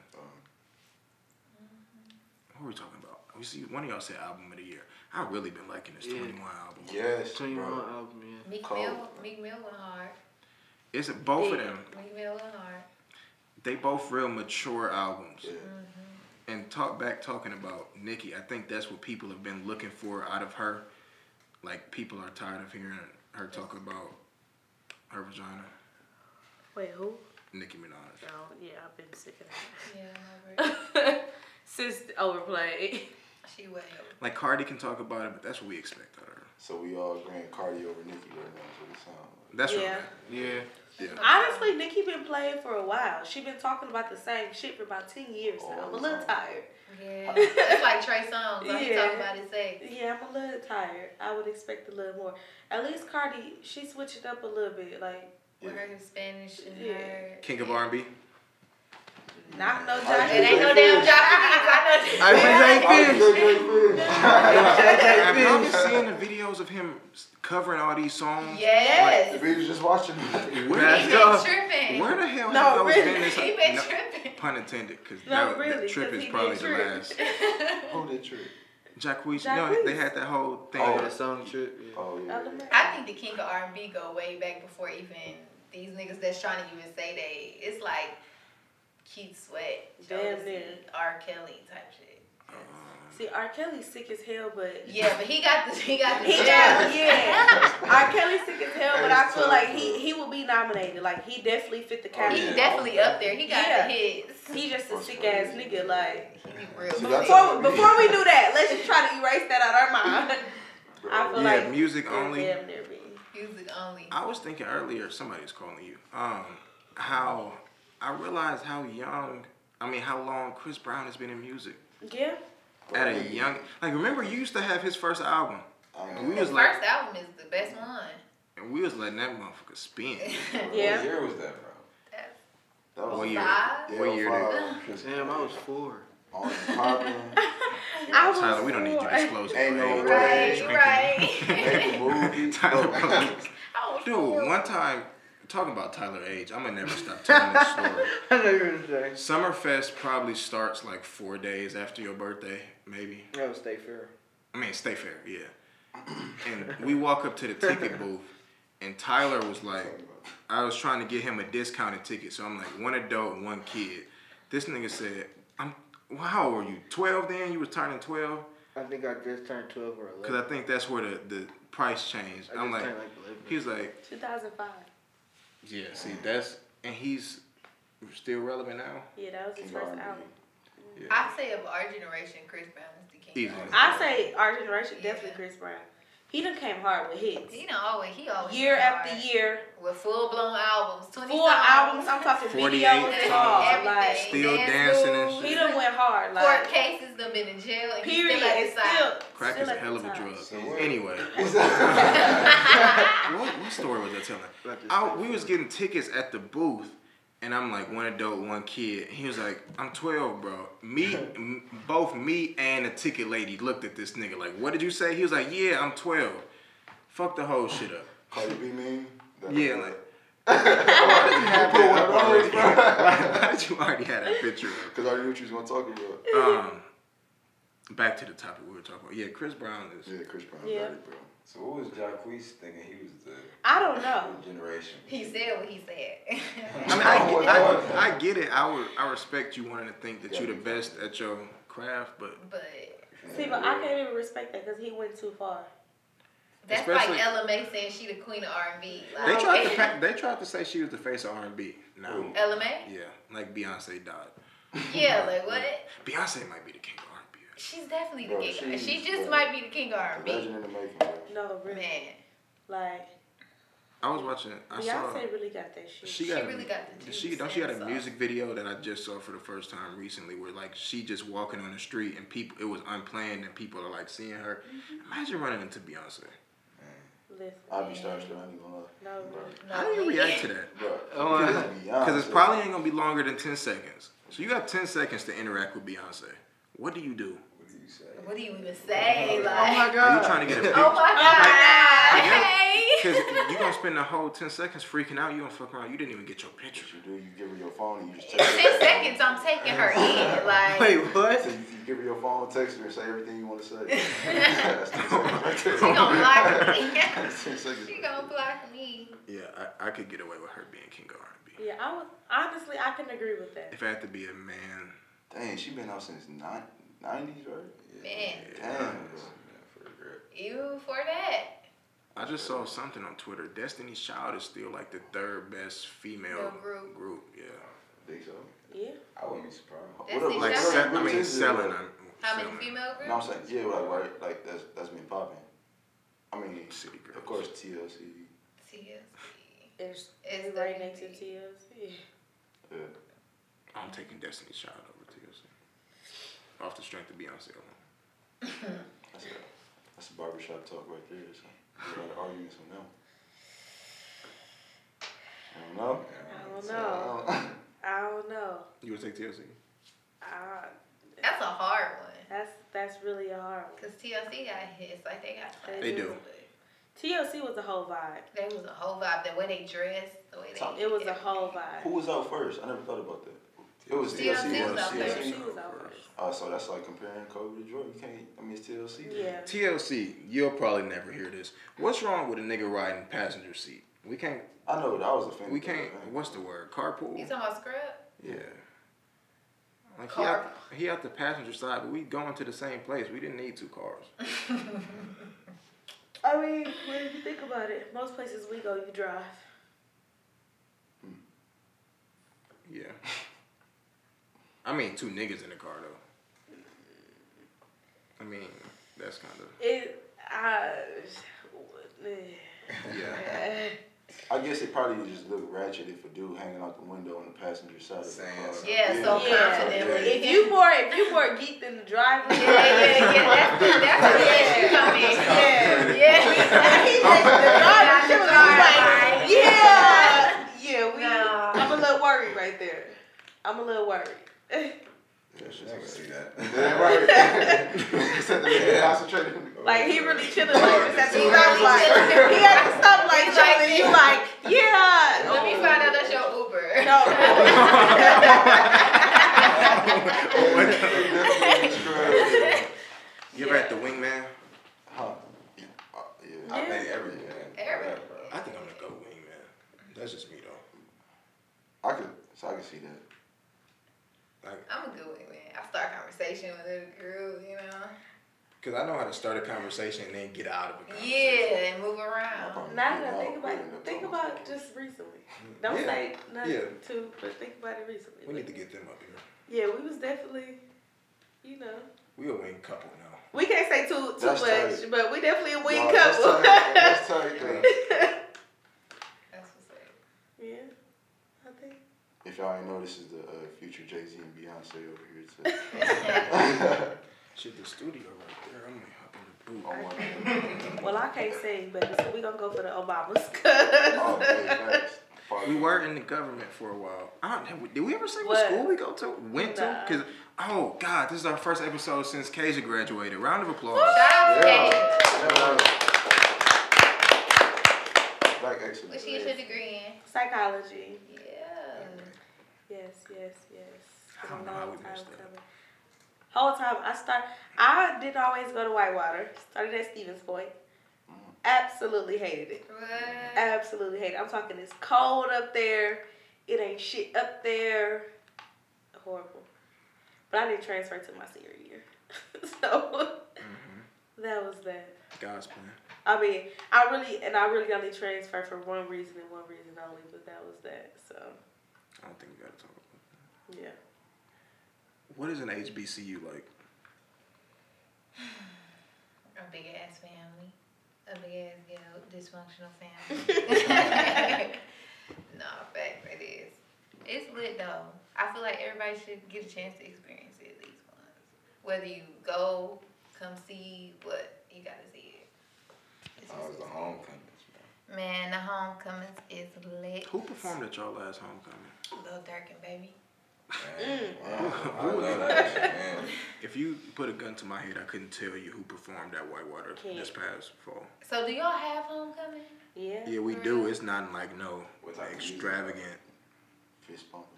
What were we talking about? We see one of y'all said album of the year. I really been liking this
Yeah.
21 album.
Yes,
Twenty One
bro.
album, yeah.
Meek
Cold.
Mill, Meek Mill went hard.
It's both of them.
Meek Mill went hard.
They both real mature albums.
Yeah.
And talk back talking about Nicki. I think that's what people have been looking for out of her. Like people are tired of hearing her talk about her vagina.
Wait, who?
Nicki Minaj.
No, yeah, I've been sick of
Yeah, I'm over it.
that. Since overplayed.
She way over. it.
Like Cardi can talk about it, but that's what we expect out of her.
So we all agreeing Cardi over Nicki right now. That's what it sound like.
That's what
Yeah.
Yeah.
Honestly, Nikki been playing for a while. She been talking about the same shit for about ten years now. I'm a little tired.
Yeah. it's like Trey Songz. Like he
Yeah.
talking about his ex.
Yeah, I'm a little tired. I would expect a little more. At least Cardi, she switched it up a little bit. Like
With her Spanish and
Yeah.
her.
King of R&B.
not no
Cardi
It
Johnny.
ain't no damn job. I know.
I
Cardi
present fish.
good, good, good.
Have y'all been
Fish.
seeing the videos of him covering all these songs?
The
Yes.
baby's just watching.
Where,
That's
He
the-
been
dope.
tripping.
where the hell
No,
have those
really,
been? This,
He been
uh, no,
tripping.
pun intended, because
No,
that,
really,
that trip
'cause
is
he
probably
did
the
trip.
last.
Who did trick?
Jacquees, no, they
Jacquees.
had that whole thing.
Oh,
Oh.
the song trip. Yeah.
Oh yeah.
Element.
I think the king of R&B go way back before even these niggas that's trying to even say they. It's like Keith Sweat,
Damn
Jodeci,
near.
R. Kelly type shit.
See, R. Kelly's sick as hell, but
Yeah, but he got the he got the
He
jab.
got yeah. R. Kelly's sick as hell, but I
That is
feel
tough,
like he
bro.
he will be nominated. Like he definitely fit the
He
category.
yeah.
definitely up there. He got
Yeah.
the hits.
He just a sick ass nigga. Like
He be real.
See, that's
sick.
all-
before, before we do that, let's just try to erase that out our mind.
Bro,
I feel
yeah,
like
music
it'd
only.
damn near be.
Music only.
I was thinking earlier, somebody was calling you. Um, how I realized how young, I mean, how long Chris Brown has been in music.
Yeah.
At a young, like remember, you used to have his first album,
I
and we
don't know.
was
His
like,
first album is the best one.
and we was letting that motherfucker spin.
Oh,
Yeah.
What year was that, bro?
That
What
was
year?
Five?
yeah,
What year
five.
Damn, I was four.
On popping.
I was
Tyler, we don't need you
four.
disclosing.
Ain't no
right?
way.
Right, right.
Make a movie.
Tyler,
No.
I was
dude,
four.
one time talking about Tyler Age, I'm gonna never stop telling this story.
I know you were gonna say.
Summerfest probably starts like four days after your birthday, maybe.
That was State Fair.
I mean, Stay Fair, yeah. and we walk up to the ticket booth, and Tyler was like, I was trying to get him a discounted ticket, so I'm like, one adult, one kid. This nigga said, I'm, well, how old were you? 12 then? You were turning 12?
I think I just turned twelve or
Because I
eleven.
think that's where the, the price changed.
I
I'm like,
just turned, like, 11.
he was like,
2005.
yeah, see, that's, and he's still relevant now?
Yeah, that was his first
R&B.
album.
I say of our generation, Chris Brown is the king.
Easily.
I say our generation
Yeah.
definitely Chris Brown. He done came hard with hits.
He know always he always
Year
been
after
hard.
year,
with full blown albums, twenty
four
songs,
albums. I'm talking videos
48
and all.
everything,
Like
Still
dance
dancing and
moves.
shit.
he done went hard.
Court
Like
cases, them been in jail. And he's
period.
Still at the
It's
side.
still
Crack
still
is a
at
hell
the
of a
top.
drug.
So what?
Anyway, what, what story was I telling?
About this
I,
thing.
we was getting tickets at the booth, and I'm like one adult, one kid. He was like, "I'm 12, bro." Me, m- both me and the ticket lady looked at this nigga like, "What did you say?" He was like, "Yeah, I'm 12." Fuck the whole shit up.
Cardi B meme. That-
Yeah, like. Why did you already have that picture up?
Cause I already knew what you was gonna talk about.
Um, back to the topic we were talking about. Yeah, Chris Brown is.
Yeah, Chris Brown.
Yeah.
Yeah. bro.
So what was Jacquees thinking? He was the
I don't know.
generation.
He said what he said.
I mean, I, get- I, I get it. I would, I respect you wanting to think that you're the best at your craft, but
but
See, but I can't even respect that because he went too far.
that's
Especially-
like Ella May saying she the queen of R and B. Like,
they tried to, pa- they tried to say she was the face of R&B. No,
Ella May?
yeah, like Beyonce died.
Yeah, like what?
Beyonce might be the king of R&B.
She's definitely
Bro,
the king.
she's-
She just
bro.
might be the king of R and B.
Legend in the making, bro.
No, really.
Man,
Like
I was watching. I saw.
Beyonce really got that shit.
She
She
got. a-
really got the
she
juice
don't she got
and
a
sauce.
music video that I just saw for the first time recently where like she just walking on the street and people it was unplanned and people are like seeing her. Imagine running into Beyonce.
Listen,
I'd be starstruck. I ain't gonna lie.
no,
Bro.
no,
How do you
we-
react to that?
Bro.
Oh,
because
I-
it's
Because it's
Beyonce.
probably ain't gonna be longer than ten seconds. So you got ten seconds to interact with Beyonce. What do you do?
What do you say?
What do you even say?
Oh my
Like,
god.
Are you trying to get
oh
a picture?
my god,
yeah.
hey.
Because you gonna spend the whole ten seconds freaking out. You gonna fuck around. You didn't even get your picture.
What you do? You give her your phone and you just
In
text her.
ten seconds, I'm taking her in. Like,
Wait,
So you,
what?
you give her your phone, text her, and say everything you want to say. That's ten seconds right there.
she gonna block me.
That's ten seconds.
she gonna block me.
Yeah, I, I could get away with her being king of R&B.
yeah, I would honestly I can agree with that.
If I had to be a man,
Dang, she been out since nine, 90s, right?
Man,
Damn, bro.
you for that?
I just saw something on Twitter. Destiny's Child is still like the third best female
Girl group.
Yeah,
Think so?
Yeah.
I wouldn't be surprised.
That's
What a-
the
like
Exactly.
se- I
what
mean
is it?
selling. I'm,
How many
selling.
female
No, I'm
groups?
saying yeah, like right, like that's that's been popping. I mean,
City Girls.
of course TLC.
TLC.
It's,
It's
it's right next to
definitely-
TLC.
Yeah.
I'm taking Destiny's Child over TLC. Off the strength of Beyonce alone.
That's a, that's a barbershop talk right there. So a lot of arguments on them. I don't know.
I don't know. I don't know.
You would take TLC?
I,
That's a hard one.
that's that's really a hard. one.
Cause TLC got hits, like they got.
They
They
classics,
do.
but
TLC was a whole vibe.
They was a whole vibe. The way they dressed, the way they.
It was a whole
Who
vibe.
was out first? I never thought about that. It was
TLC
TLC.
was out
TLC.
She was out first.
Oh, so that's like comparing Kobe to Jordan. You can't. I mean, it's TLC.
Yeah.
TLC, you'll probably never hear this. What's wrong with a nigga riding passenger seat? We can't.
I know. that I was offended.
We
by
can't.
that, man.
What's the word? Carpool.
You talking about Scrub?
Yeah. Like he
Car.
out, he out the passenger side, but we going to the same place. We didn't need two cars.
I mean, when you think about it, most places we go, you drive.
Yeah. I mean, two niggas in the car though. I mean, that's kind of
It. uh, I,
Yeah.
I guess it probably would just look ratchet if a dude hanging out the window on the passenger side of the
Saying
car.
something.
Yeah, so
Yeah.
confidently.
if you more if you more geek than the driver,
Yeah, yeah, yeah. That's the, that's the issue coming.
yeah.
Yeah.
He just the driver, she was like, yeah, yeah. We,
No.
I'm a little worried right there. I'm a little worried.
I can see that.
Yeah, right. Said the man concentrated.
Like he really chilling like this at the
He
stop
really
like
chilling.
he at the stop like
He like
chilling and you
this.
like, yeah. oh,
Let me find out that's your Uber.
You ever at the wingman?
Huh. Uh, yeah.
I think every man.
Every-
Yeah, bro.
I think I'm gonna go wingman. That's just me though.
I could, so I could see that.
I'm a good one, man. I start conversation with a group, you know.
Cause I know how to start a conversation and then get out of a conversation.
Yeah, and move
I
around.
probably
Now
would
that I
not
think about
put in
it,
the
think
public.
about just recently. Don't
Mm, Yeah.
say nothing
Yeah.
too, but think about it recently.
We need to get them up here.
yeah, we was definitely, you know,
We a wing couple now.
we can't say too too
That's
much,
tight.
but we definitely a wing
Nah, that's
couple.
tight, That's tight, though.
That's what's
yeah, I think.
If y'all ain't know, this is the uh, future Jay Z and Beyonce over here.
up.
Shit, the studio right there. I'm gonna hop in the
Too.
Oh,
on
boot.
one hand.
Well, I can't sing, but so we gonna go for the Obamas.
Oh, hey, thanks.
We were in the government for a while. I don't know. Did we ever say what,
What?
school we go to? Went to?
Nah.
Cause oh god, this is our first episode since Kasia graduated. Round of applause.
Shout out to Katie.
Black excellence.
What she gets your degree
Psychology.
in? Yeah.
Yes, yes, yes.
I don't know
Long
how we
time
missed that.
coming. Whole time I start, I didn't always go to Whitewater. Started at Stevens Point.
Mm-hmm.
Absolutely hated it.
What?
Absolutely hated. it. I'm talking it's cold up there. It ain't shit up there. Horrible. But I didn't transfer to my senior year, so
Mm-hmm.
that was that.
God's plan.
I mean, I really and I really only transferred for one reason and one reason only, but that was that. So
I don't think we gotta talk about
yeah.
that. What is an HBCU like?
A big ass family. A big ass girl, dysfunctional family. no, facts it is. It's lit though. I feel like everybody should get a chance to experience it at least once. Whether you go, come see what you gotta see it. It's
I was
just-
the homecoming.
Man, the homecomings is lit.
Who performed at y'all last homecoming?
Lil Durkin, baby.
Man, wow, Oh, I love
Mm.
that shit, man.
If you put a gun to my head, I couldn't tell you who performed at Whitewater
Can't.
this past fall.
So do y'all have homecoming?
Yeah.
Yeah, we do. It's not like no
What type of music?
extravagant.
Fist pumping.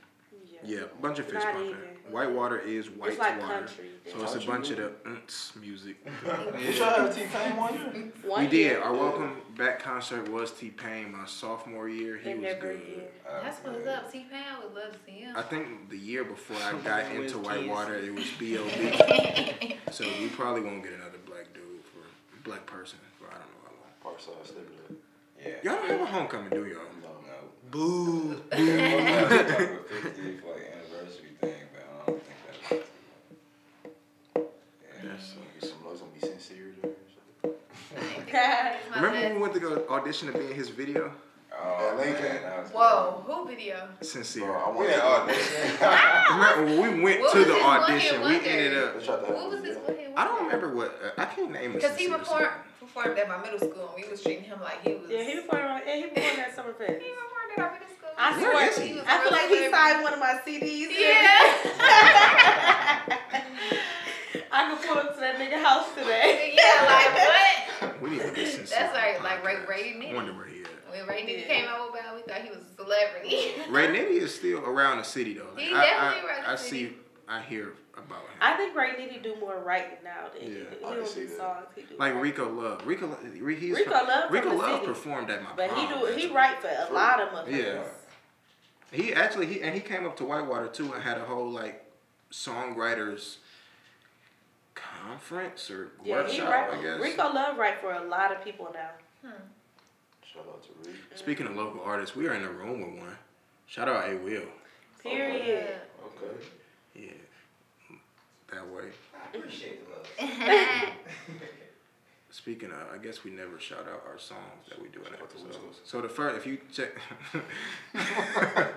Yeah, a bunch of fist
Not
pumping.
even.
Whitewater is white
like
water,
country.
so it's a
Country
bunch of the
music.
unts music.
Did y'all have T Pain one year?
One
We
year.
did. Our welcome back concert was T Pain my sophomore year. He
And
was
never
good.
again.
Uh,
That's what's up. T Pain, I would love to see him.
I think the year before I got
With
into
kids.
Whitewater, it was B.O.B. so we probably won't get another black dude for black person for I don't know how long.
Park side slipped up.
Yeah.
Y'all don't have a homecoming, do y'all?
No.
No.
Boo.
I was talking about the 50th like anniversary thing, but I don't think that was yeah.
That's so-
Get some love, gonna be sincere there.
It's my
Remember when
best.
we went to go audition to be in his video?
Oh,
That Lincoln.
man, that was
Whoa, who video?
Bro,
Sincere.
I
We
want
didn't audition.
Remember when we went
What
to
was
the
his one-hit
audition, we
wonder?
ended up.
Let's try to have
What was
a
this
video.
one hit?
I don't remember what uh, I can't name it.
Because he performed, performed at my middle school and we was treating him like he was.
Yeah, he performed. around- Yeah, he performed at Summerfest.
He performed at our middle school.
I
Where
swear,
is he?
I feel like he signed one of my CDs.
Yeah.
I could pull up to that nigga house today.
yeah, like what?
We need to get sincere.
That's
on
like-
the
like Ray-
podcast.
Ray Nitty.
Wonder where he at.
When Ray Nitty
Yeah.
came out with Bow, we thought he was a celebrity.
Ray Nitty is still around the city though. Like,
He
I,
definitely
I,
around the
I
city.
see. I hear about him.
I think Ray need to do more writing now. Than he,
Yeah,
do. he
I can
don't
see
do
that.
songs. He do
like
writing.
Rico Love. Rico, Lo- Re- he's
Rico
from-
Love from
Rico
the
Love
city.
performed at my
But he
prom,
do. He
actually.
write for a lot of motherfuckers.
Yeah. He actually he and he came up to Whitewater too and had a whole like songwriters conference or
Yeah, he
workshop.
write.
I guess. Oh,
Rico Love write for a lot of people now.
Shout out to Reed.
Speaking of local artists, we are in the room with one. Shout out A Will.
Period.
Okay.
Yeah, that way.
I appreciate the love.
Speaking of, I guess we never shout out our songs that we do in episodes. So the first, if you check,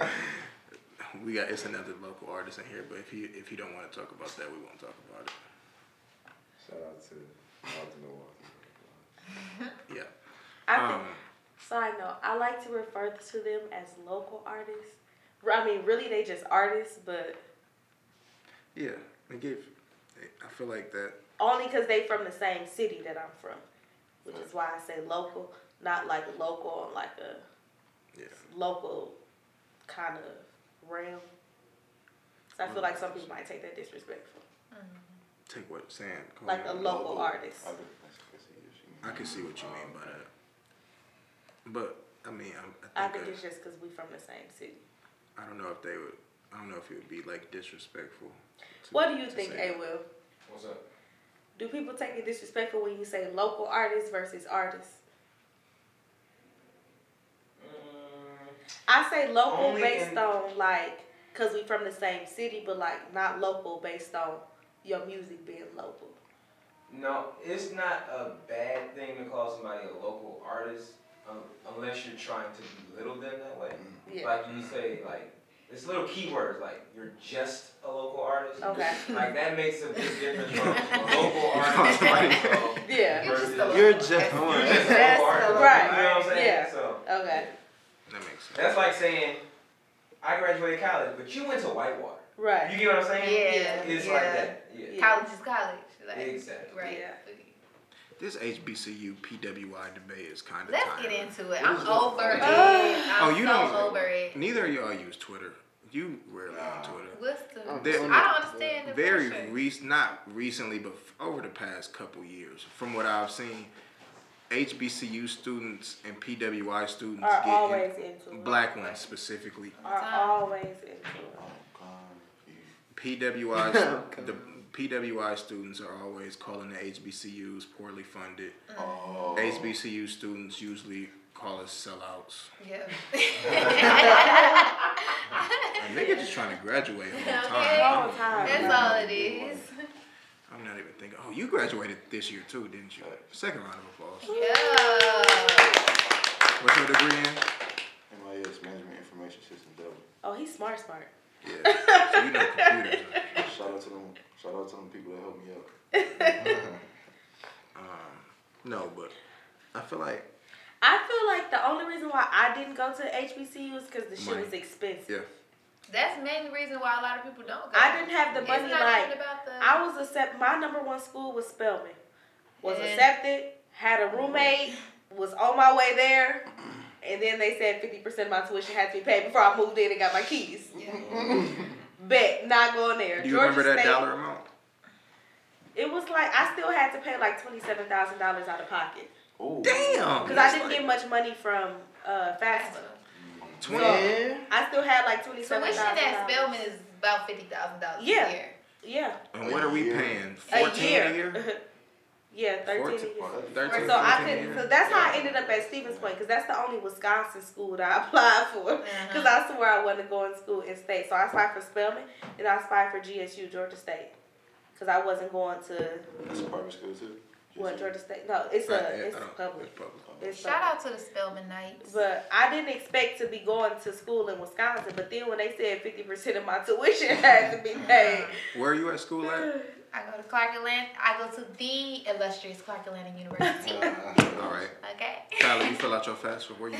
we got it's another local artist in here. But if you if you don't want to talk about that, we won't talk about it.
Shout out to out to Milwaukee.
Yeah.
I think,
Um,
side note, I like to refer to them as local artists. R- I mean, really, they just artists, but
yeah. They give. I feel like that.
only because they from the same city that I'm from, which is why I say local, not like local on like a
Yeah.
local kind of realm. So I feel like some people might take that disrespectful,
Take what I'm saying. call
like
it
a local artist.
I think that's, that's the issue.
I can see what you mean by that. But I mean, I'm,
I
I
think
think
it's just because we from the same city.
I, I don't know if they would. I don't know if it would be like disrespectful. to-
What do you
to
think,
say
A
that.
Will?
What's up?
Do people take it disrespectful when you say local artists versus artists?
Uh,
I say local
Only
based
in-
on like, cause we from the same city, but like not local based on your music being local.
No, it's not a bad thing to call somebody a local artist um, unless you're trying to belittle them that way.
Yeah.
Like you say, like it's little keywords like you're just a local artist.
Okay.
Like that makes a big difference from a local artist. also
Yeah.
You're just
versus-
a local
You're just-
artist.
you're just a
That's
local artist.
right.
You know what I'm saying?
Yeah.
So
Okay.
That makes sense.
that's like saying I graduated college, but you went to Whitewater. You
Right.
get what I'm saying?
Yeah,
It's
yeah.
like that. Yeah.
Yeah.
College is college. Like,
Exactly.
Right.
Yeah.
This HBCU PWI debate is kind of.
Let's get into it.
What is
I'm
it?
over it.
Oh,
I'm
you
so
don't-
over it.
Neither of y'all use Twitter. You rarely on Twitter.
What's the?
They-
I don't understand the
Oh, Very
pressure.
recent, not recently, but f- over the past couple years, from what I've seen, HBCU students and PWI students
Are
get
always
in-
into it.
black ones specifically.
Are always into it.
PWI, the PWI students are always calling the HBCUs poorly funded.
Mm.
Oh,
HBCU students usually call us sellouts.
Yeah.
And nigga just trying to graduate all the time.
Okay.
All the time.
That's all it is.
I'm not even thinking. Oh, you graduated this year too, didn't you? Second round of applause.
Yeah.
What's your degree in?
MIS Management Information System Double.
Oh, he's smart, smart.
Yeah. So you know computers. huh?
Shout out to them. Shout out to them people that helped me out.
No, but I feel like
I feel like the only reason why I didn't go to HBCU was because the shit
Money.
was expensive.
yeah.
That's main reason why a lot of people don't go.
I didn't have the
It's
money.
not
Like
even about the.
I was accept. My number one school was Spelman. Was
Yeah.
accepted. Had a roommate. Was on my way there. And then they said fifty percent of my tuition had to be paid before I moved in and got my keys. Bet not going there.
Do you
Georgia
remember that
State,
dollar amount?
It was like I still had to pay like twenty seven thousand dollars out of pocket
Oh,
Damn.
because I didn't get much money from uh, FAFSA.
twenty.
I still had like twenty seven
Tuition
thousand.
at Spelman is about fifty thousand dollars
Yeah.
a year.
Yeah,
And what are we
A year.
paying?
a
Fourteen
year.
a year.
yeah, thirteen. a
14
year.
Thirteen.
So I
14 a
could.
year?
So that's how I ended up at Stevens Point because that's the only Wisconsin school that I applied for.
Uh-huh.
Because I swear I wasn't going to school in state. So I applied for Spelman and I applied for GSU Georgia State because I wasn't going to
that's a private school too.
what Georgia State. No, it's
Right,
a
yeah,
it's
I don't-
public.
it's public.
It's
Shout
public.
out to the Spelman Knights.
But I didn't expect to be going to school in Wisconsin. But then when they said fifty percent of my tuition had to be paid,
Where are you at school at?
I go to Clark Atlanta. I go to the illustrious Clark Atlanta University.
All right.
Okay.
Tyler, you fill out your FAFSA. Where you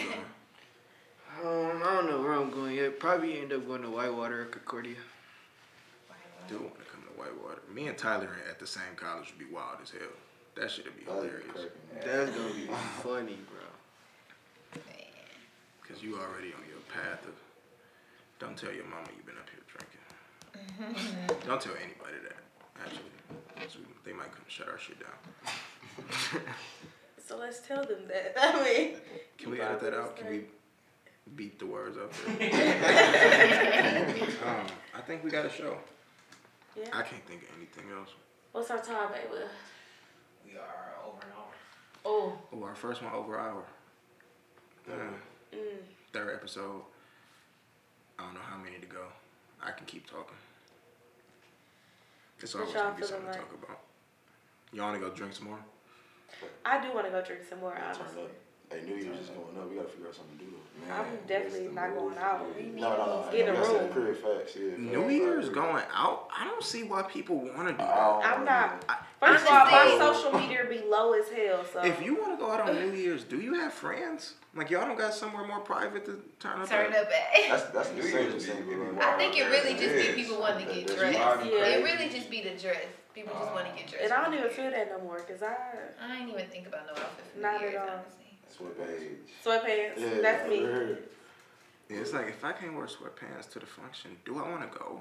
going?
Um, I don't know where I'm going yet. Probably end up going to Whitewater or Concordia.
do want to come to Whitewater. Me and Tyler at the same college would be wild as hell. That shit would be hilarious.
That's gonna be funny, bro.
Because you already on your path of. Don't tell your mama you've been up here drinking.
Mm-hmm.
Don't tell anybody that, actually. 'cause we- They might come shut our shit down.
so let's tell them that. I mean,
Can we edit that out? Can we beat the words up? there? um, I think we got a show.
Yeah.
I can't think of anything else.
what's our time, baby?
We are over and over.
Oh,
Oh, our first one over an hour. Yeah.
mm,
Third episode. I don't know how many to go. I can keep talking. It's always
y'all
gonna be
feeling
something to
like?
talk about. You wanna go drink some more?
I do want to go drink some more,
Turn
honestly.
up. Hey, New Year's is going up. We gotta figure out something to do though.
I'm definitely
the
not going out.
No, no, no.
Get a
that's the
room.
Period facts. Yeah.
New
facts.
Year's going out. I don't see why people want to do that.
Oh,
I'm not.
I-
First of all, my
honestly-
social media be low as hell. So
If you want to go out on New Year's, do you have friends? Like y'all don't got somewhere more private to turn up.
Turn
at?
up at.
That's that's the
New
same
Year's
thing.
be- be
bro.
I think it really just
Yes.
be people wanting to get
That's
dressed.
why I'm
Yeah.
It
crazy.
really just be the dress. People just want to get dressed.
and I don't
for
even
New
feel
Year's.
that no more, cause I
I ain't even think about no outfit for
Not
New Year's,
at all.
honestly.
Sweatpants.
sweatpants.
Yeah,
that's me.
word.
Yeah, it's like if I can't wear sweatpants to the function, do I want to go?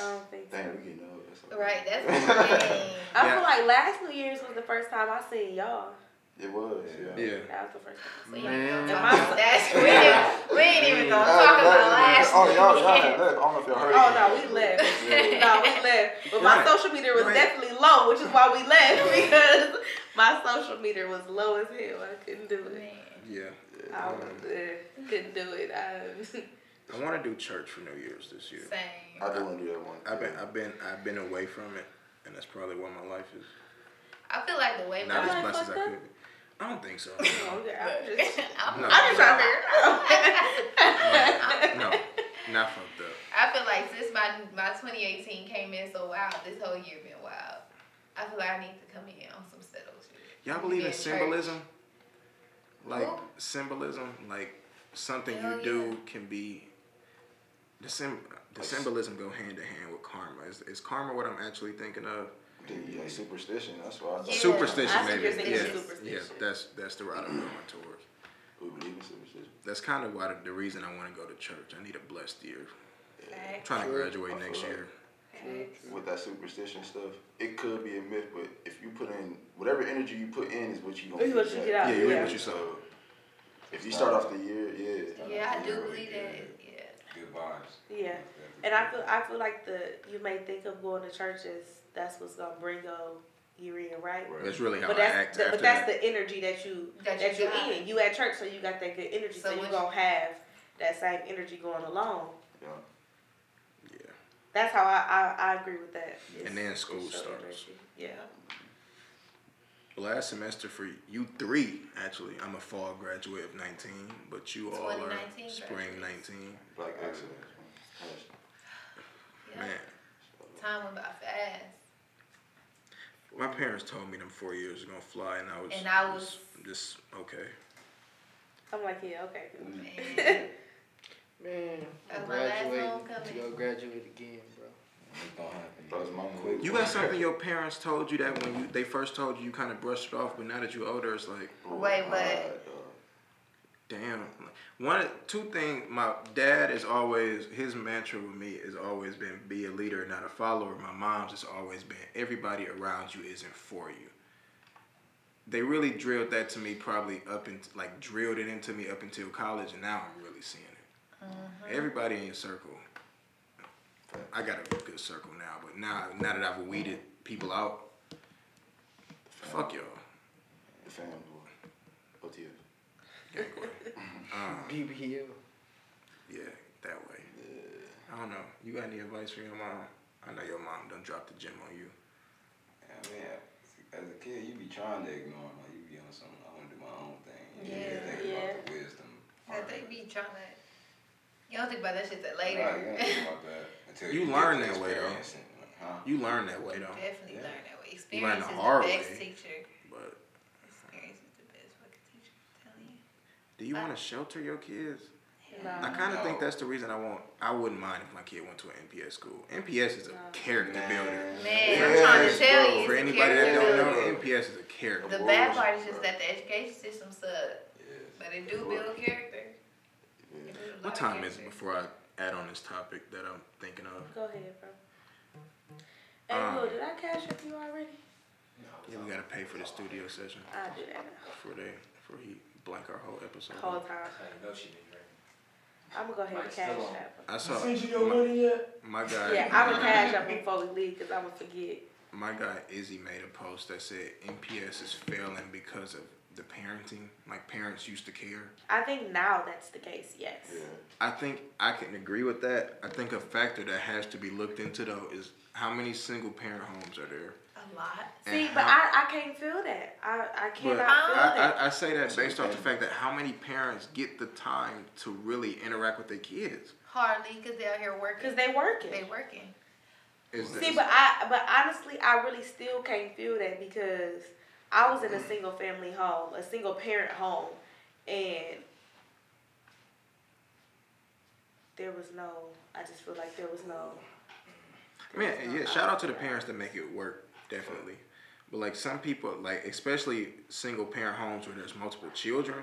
I don't think
Damn,
so.
we getting old. That's all.
Right, that's the thing.
I
Yeah.
feel like last New Year's was the first time I seen y'all.
It was. Yeah.
That was the first time.
So yeah, we don't
Man.
talk about that. We ain't- We ain't even gonna
Hey,
talk about
look,
last.
Oh, y'all, y'all
year.
had left. I don't know if y'all heard.
Oh
it.
no, we left.
Yeah.
No, we left. But my
Right.
social media was
Right.
definitely low, which is why we left because my social media was low as hell. I couldn't do it.
Man.
Yeah,
I was, uh, couldn't do it. I,
I want to do church for New Year's this year.
Same.
I do want to do that one.
I've been, I've been, I've been away from it, and that's probably why my life is
I feel like the way my
not as
Am I
blessed as I
fucked
could. I don't think so.
okay,
I'm
I'm
just
just,
trying
No.
I'm just trying to figure it out.
No, not fucked up.
I feel like since my my 2018 came in so wild, this whole year been wild. I feel like I need to come in on some settled shit.
Y'all believe
Yeah,
in
church.
symbolism? Like
Who?
symbolism, like something
Hell
you do can be. The sym the symbolism go hand in hand with karma. Is, is karma what I'm actually thinking of?
Dude, like superstition. That's why I
Yeah.
thought
Superstition,
I think
maybe.
you're thinking
Yeah, yeah.
superstition.
That's that's the route I'm going towards.
we believe in superstition.
That's kind of why the, the reason I want to go to church. I need a blessed year. I'm trying to
Sure.
graduate next year.
With that superstition stuff, it could be a myth, but if you put in whatever energy you put in is what you gonna
It's what you get out,
Yeah, you reap
yeah.
what you sow.
So if you start off the year, yeah,
Yeah, I do
Yeah,
believe that.
yeah.
Yeah.
Good vibes.
yeah. And I feel I feel like the you may think of going to church as that's what's gonna bring your year in, right?
That's really how
But
I
that's
act
the,
after
but that's
that.
the energy that you
That
that,
you
you
got.
are in. You at church, so you got that good energy,
So
so, you
when
you
you-
gonna have that same energy going along.
Yeah.
Yeah.
That's how I I, I agree with that.
And then school
It's so
starts.
energy. Yeah.
Last semester for you three, actually, I'm a fall graduate of 19, but you all are
2019
spring
graduates.
19.
black excellence.
yeah.
Man,
Time went by fast.
my parents told me them four years are gonna fly, and I was
And I was-
just, just okay.
I'm like, yeah, okay.
Man.
Man,
That
I'm
was Oh, my last
graduating.
homecoming.
You go graduate again, bro.
It's gonna happen.
That was my quick.
You got something your parents told you that when you they first told you, you kind of brushed it off, but now that you're older, it's like,
Oh,
Wait, what?
damn. One, two things. My dad is always his mantra with me has always been be a leader, not a follower. My mom's has always been everybody around you isn't for you. They really drilled that to me, probably up and like drilled it into me up until college, and now I'm really seeing it. Everybody in your circle. I got a good circle now, but now now that I've weeded people out, fuck y'all.
The family. OTF.
Gang boy. Um,
BBL.
Yeah, that way. I don't know. You got any advice for your mom? I know your mom done dropped the gym on you.
I mean, as a kid, you be trying to ignore them. Like, you be on something. I want to do my own thing. You
Yeah.
yeah. Think about the wisdom.
That they be trying to. You don't think about that shit till
Right,
later.
you don't think about that until
You
get
learn
to
that way, though.
experience it, Huh?
You learn that way though.
Definitely
Yeah.
learn that way.
You learn
Experience
the
is the
hard
best
way.
teacher.
But
Experience is the best fucking teacher. I'm telling you.
do you want to shelter your kids?
Uh,
No.
I kind of think
No.
that's the reason I won't. I wouldn't mind if my kid went to an NPS school. NPS is a character builder.
Man,
Yes,
I'm trying to tell
bro.
you.
For
it's a
anybody that
character
don't
builder.
know, NPS is a character.
The
Of
bad
course,
part is just
bro.
that the education system sucks,
Yes.
but it do
Of
build
course.
character. It
Yeah.
build a
What
lot of
time is
character.
it before I add on this topic that I'm thinking of?
Go ahead, bro. Hey,
Um,
Will, did I cash with you already?
Yeah, we gotta pay for the studio session
I do that
before they before he blank our whole episode.
the whole time. I'm gonna go ahead and
Mike's still
cash
on.
that.
I saw
money yet?
my, my guy.
one. Yeah, I'm gonna cash that one before we leave because I'm gonna forget.
my guy Izzy made a post that said NPS is failing because of the parenting. Like parents used to care.
I think now that's the case. Yes.
Yeah.
I think I can agree with that. I think a factor that has to be looked into though is how many single parent homes are there?
A a lot.
See,
And
but
how-
I, I can't feel that. I, I cannot
But
feel
I,
that.
I, I say that based off the fact that how many parents get the time to really interact with their kids?
Hardly, because they out here working.
Cause they working.
They working.
Is
See,
this,
but I, but honestly, I really still can't feel that because I was in a single family home, a single parent home, and there was no. I just feel like there was no.
man, yeah, shout out to the parents that make it work, definitely. But like some people, like especially single parent homes where there's multiple children,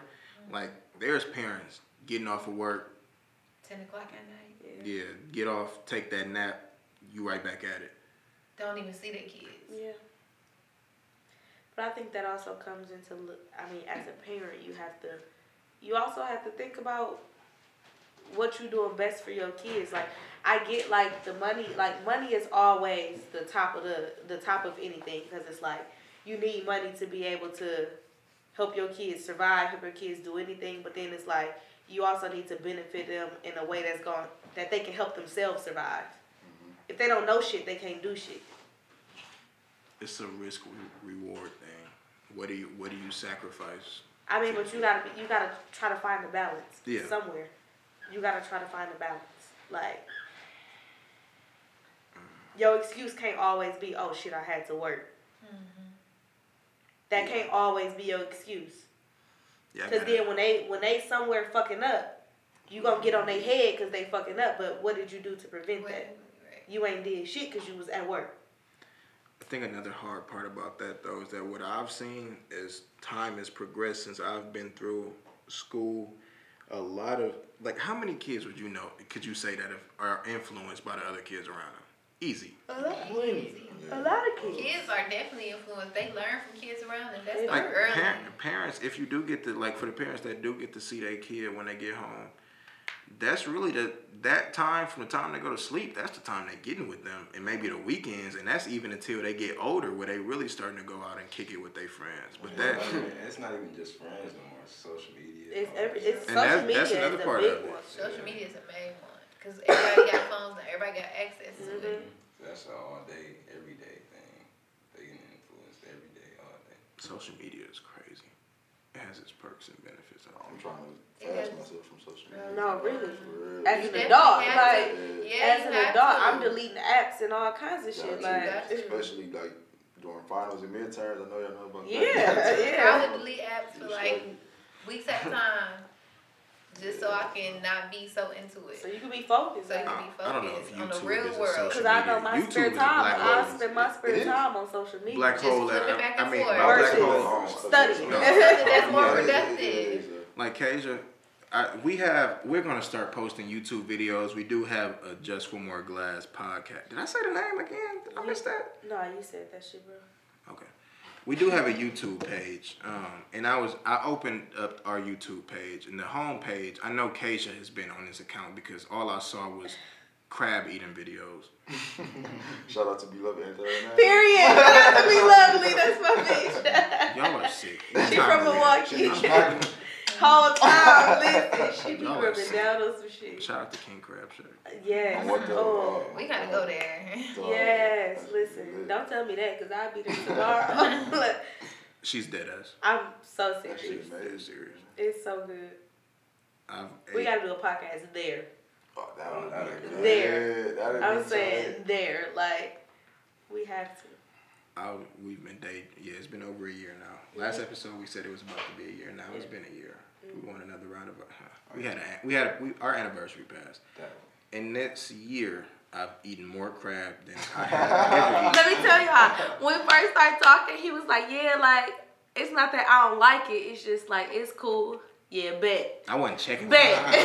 like there's parents getting off of work,
Ten o'clock at night.
yeah, get off, take that nap, you right back at it.
Don't even see their kids.
Yeah. But I think that also comes into. l- I mean, as a parent, you have to. You also have to think about what you doing best for your kids. Like I get like the money. Like money is always the top of the the top of anything because it's like you need money to be able to help your kids survive, help your kids do anything. But then it's like you also need to benefit them in a way that's going that they can help themselves survive. If they don't know shit, they can't do shit.
It's a risk re- reward thing. What do you What do you sacrifice?
I mean, but you gotta be- you gotta try to find a balance
Yeah.
somewhere. You gotta try to find a balance. Like your excuse can't always be, oh shit, I had to work.
Mm-hmm.
That can't always be your excuse.
Yeah, I
Cause
gotta-
then when they when they somewhere fucking up, you gonna get on their head cause they fucking up. But what did you do to prevent that? You ain't did shit cause you was at work.
I think another hard part about that though is that what I've seen as time has progressed since I've been through school, a lot of like how many kids would you know could you say that if, are influenced by the other kids around them? Easy.
Plenty.
A lot of kids.
Kids are definitely influenced. They learn from kids around them. That's
Like
like early.
parent, parents, if you do get to like for the parents that do get to see their kid when they get home, that's really the that time from the time they go to sleep, that's the time they're getting with them, and maybe the weekends, and that's even until they get older where they really starting to go out and kick it with their friends. But that.
It's not even- it's not even just friends no more. It's social
It's
media. all that
every it's
stuff.
And that's-
social media
that's another
is a
part
big
of it.
one.
Social media is a main one because everybody got phones and everybody got access to
Mm-hmm.
it.
That's an all day, everyday thing. They can influence every day, all day.
Social media is crazy. It has its perks and benefits. I
I'm
think.
trying to fast myself from social media.
No, really.
For real.
As
You definitely
an adult,
have to.
like
Yeah.
Yeah,
As
you
an
have
adult,
to.
I'm deleting apps and all kinds of
Y'all
shit.
too,
Like,
especially like during finals and midterms. I know y'all know about
yeah,
that.
I would
yeah.
delete apps for like weeks at a time, just so I can not be so into
So
it.
you can be focused.
So you
Because
can be
I don't know if
focused on the
YouTube
real
is a
world.
social-
I know my
YouTube
spare
is a
time,
black
I
hole.
spend my
It
spare
is.
time on social media.
Black
Just
hole.
flip it
That,
back
I, I
and
mean,
forth.
my black
Versus
hole.
studying.
No.
That's more
Yeah, yeah,
productive.
yeah, yeah, yeah.
Like Kasia, I, we have. We're gonna start posting YouTube videos. We do have a Just for More Glass podcast. Did I say the name again? Did I miss that?
No, you said that shit, bro.
Okay. We do have a YouTube page, um, and I was I opened up our YouTube page and the home page. I know Keisha has been on this account because all I saw was crab eating videos.
Shout out to Be Love and Third
Period. Shout out to Be Lovely. That's my
Y'all are sick.
bitch. she from Milwaukee.
Night.
Whole time, listen, she be
Y'all are
rubbing
sick.
down on some shit.
Shout out to King Crab Shack.
Yes.
I want to,
Oh.
uh,
We gotta go there.
dog.
Yes,
That's
listen.
good.
Don't tell me that, cause I'll be there tomorrow. Look,
She's dead ass.
I'm so
That shit
serious.
amazing.
serious.
It's so good.
I've
We
ate-
gotta do a podcast there.
Oh, that would
That'd
be
be
good.
There.
Yeah, that'd
I'm
be
saying there, like we have to.
I, we've been dating. Yeah, it's been over a year now. Last episode we said it was about to be a year. Now it's been a year.
Mm.
We want another round of. uh, We had a, we had a, we, our anniversary passed.
That
And next year I've eaten more crab than I have ever
Let me tell y'all, when we first started talking, he was like, "Yeah, like it's not that I don't like it. It's just like it's cool. Yeah, bet,
eaten. I wasn't checking.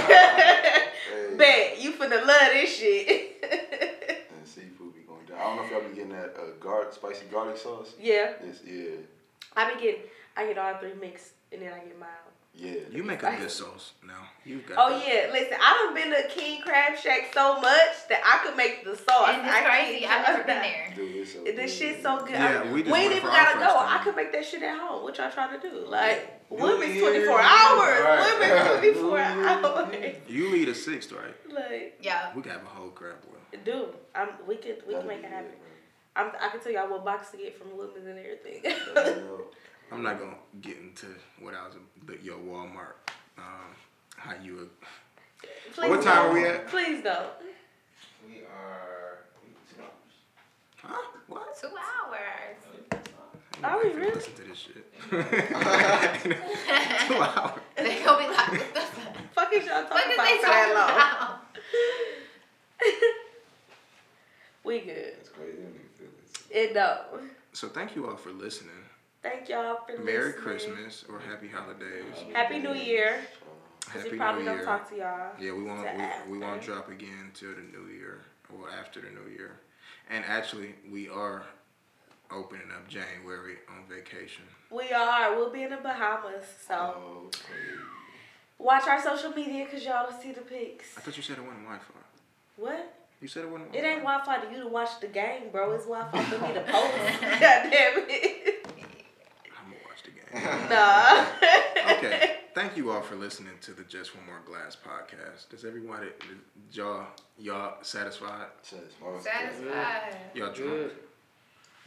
bet,
Hey,
bet. You finna love this shit."
And seafood be going down. I don't know if y'all been getting that uh, gar- spicy garlic sauce.
yeah,
Yes, yeah,
I be getting, I get all three mixed, and then I get mild.
yeah.
You make a good sauce now. You've got.
Oh
the-
yeah, listen, I done been to King Crab Shack so much that I could make the sauce.
And it's
I can't
crazy. I've never been
tell-
there.
Dude, it's so
This
good.
shit's so good.
Yeah,
I-
we just
ain't
went
even
for our
gotta
first
go.
time.
I could make that shit at home. What y'all trying to do? Like,
New
women's
Year,
24
new
hours.
year, right.
Women's 24
New
hours.
You lead a sixth, right?
Like,
Yeah.
We got a whole crab boil.
dude, I'm, we could we
That'd
can make
be
it happen.
bro.
I'm, I can tell y'all what box to get from Women's and everything.
I'm not gonna get into what I was the your Walmart. Um, how you?
Please
what time are
don't.
we at?
Please don't.
We are. we two hours.
Huh? What?
Two hours.
Are we
Nobody finna
really?
Listen to this shit. Two hours.
They gonna be like, what the fuck
Fuck is y'all talking
is
about
they
for that
talking about?
long? we good.
It's crazy. when you feel this.
It don't.
So thank you all for listening.
Thank y'all for
Merry
listening.
Christmas or Happy Holidays.
Happy New Year. Cause
Happy
we probably
New
don't
Year.
talk to y'all.
Yeah, we won't
to
we, we won't
after.
drop again till the new year or after the new year. And actually, we are opening up January on vacation.
We are. We'll be in the Bahamas.
Oh,
So
Oh,
watch our social media cause y'all will see the pics.
I thought you said it wasn't Wi-Fi.
What?
You said it wasn't.
It
Wi-Fi.
ain't Wi Fi to you to watch the game, bro. It's Wi Fi for me to post. God damn it.
I'm gonna watch the game.
Nah.
okay. Thank you all for listening to the Just One More Glass podcast. Does everyone did y'all y'all satisfied?
Says,
Satisfied.
Y'all drunk?
Good.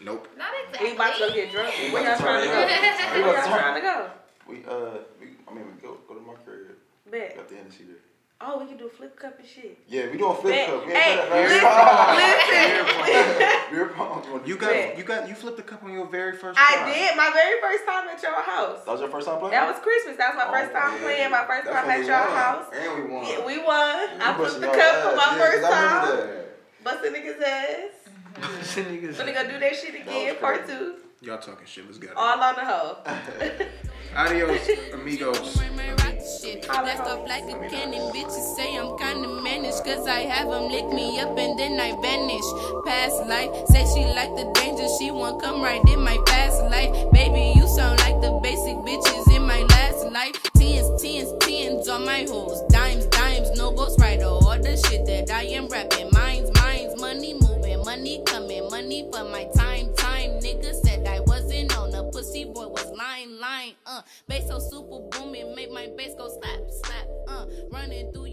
Nope.
Not exactly.
We about to go get drunk. Where y'all trying to go?
We
Where
about
y'all
to
trying to
talk.
go?
We uh, we, I mean, we go go to my crib.
Bet.
Got the Hennessy there.
Oh, we can do flip cup and shit.
Yeah, we doing flip
Bet.
cup.
Hey, listen, listen.
Beer pong.
You got
Yeah.
you got you flipped the cup on your very first.
I
try.
did my very first time at your
That
house.
was your first time playing.
That was Christmas. That was my first
Oh,
time playing. My first time at your house.
And we won.
Yeah, we won. I flipped
busted
the
y'all
cup for
ass.
my
Yeah,
first
'cause I remember
time.
that.
Busting niggas' ass.
Niggas-
Gonna go do that shit again, part
crazy.
two.
Y'all talking shit. Let's go.
All on the hoe.
Adios, amigos.
Boomerang, man, rock the shit. Black up like a candy. Bitches say I'm kinda managed. Cause I have 'em lick me up and then I vanish. Past life, say she like the danger. She won't come right in my past life. Baby, you sound like the basic bitches in my last life. Tens, tens, tens on my hoes. Dimes, dimes, no ghost rider. All the shit that I am rapping. Minds, minds, money moving, money coming, money for my time, time. Nigga said I wasn't on a pussy boy was lying, lying. Uh, bass so super booming, make my bass go slap, slap. Uh, running through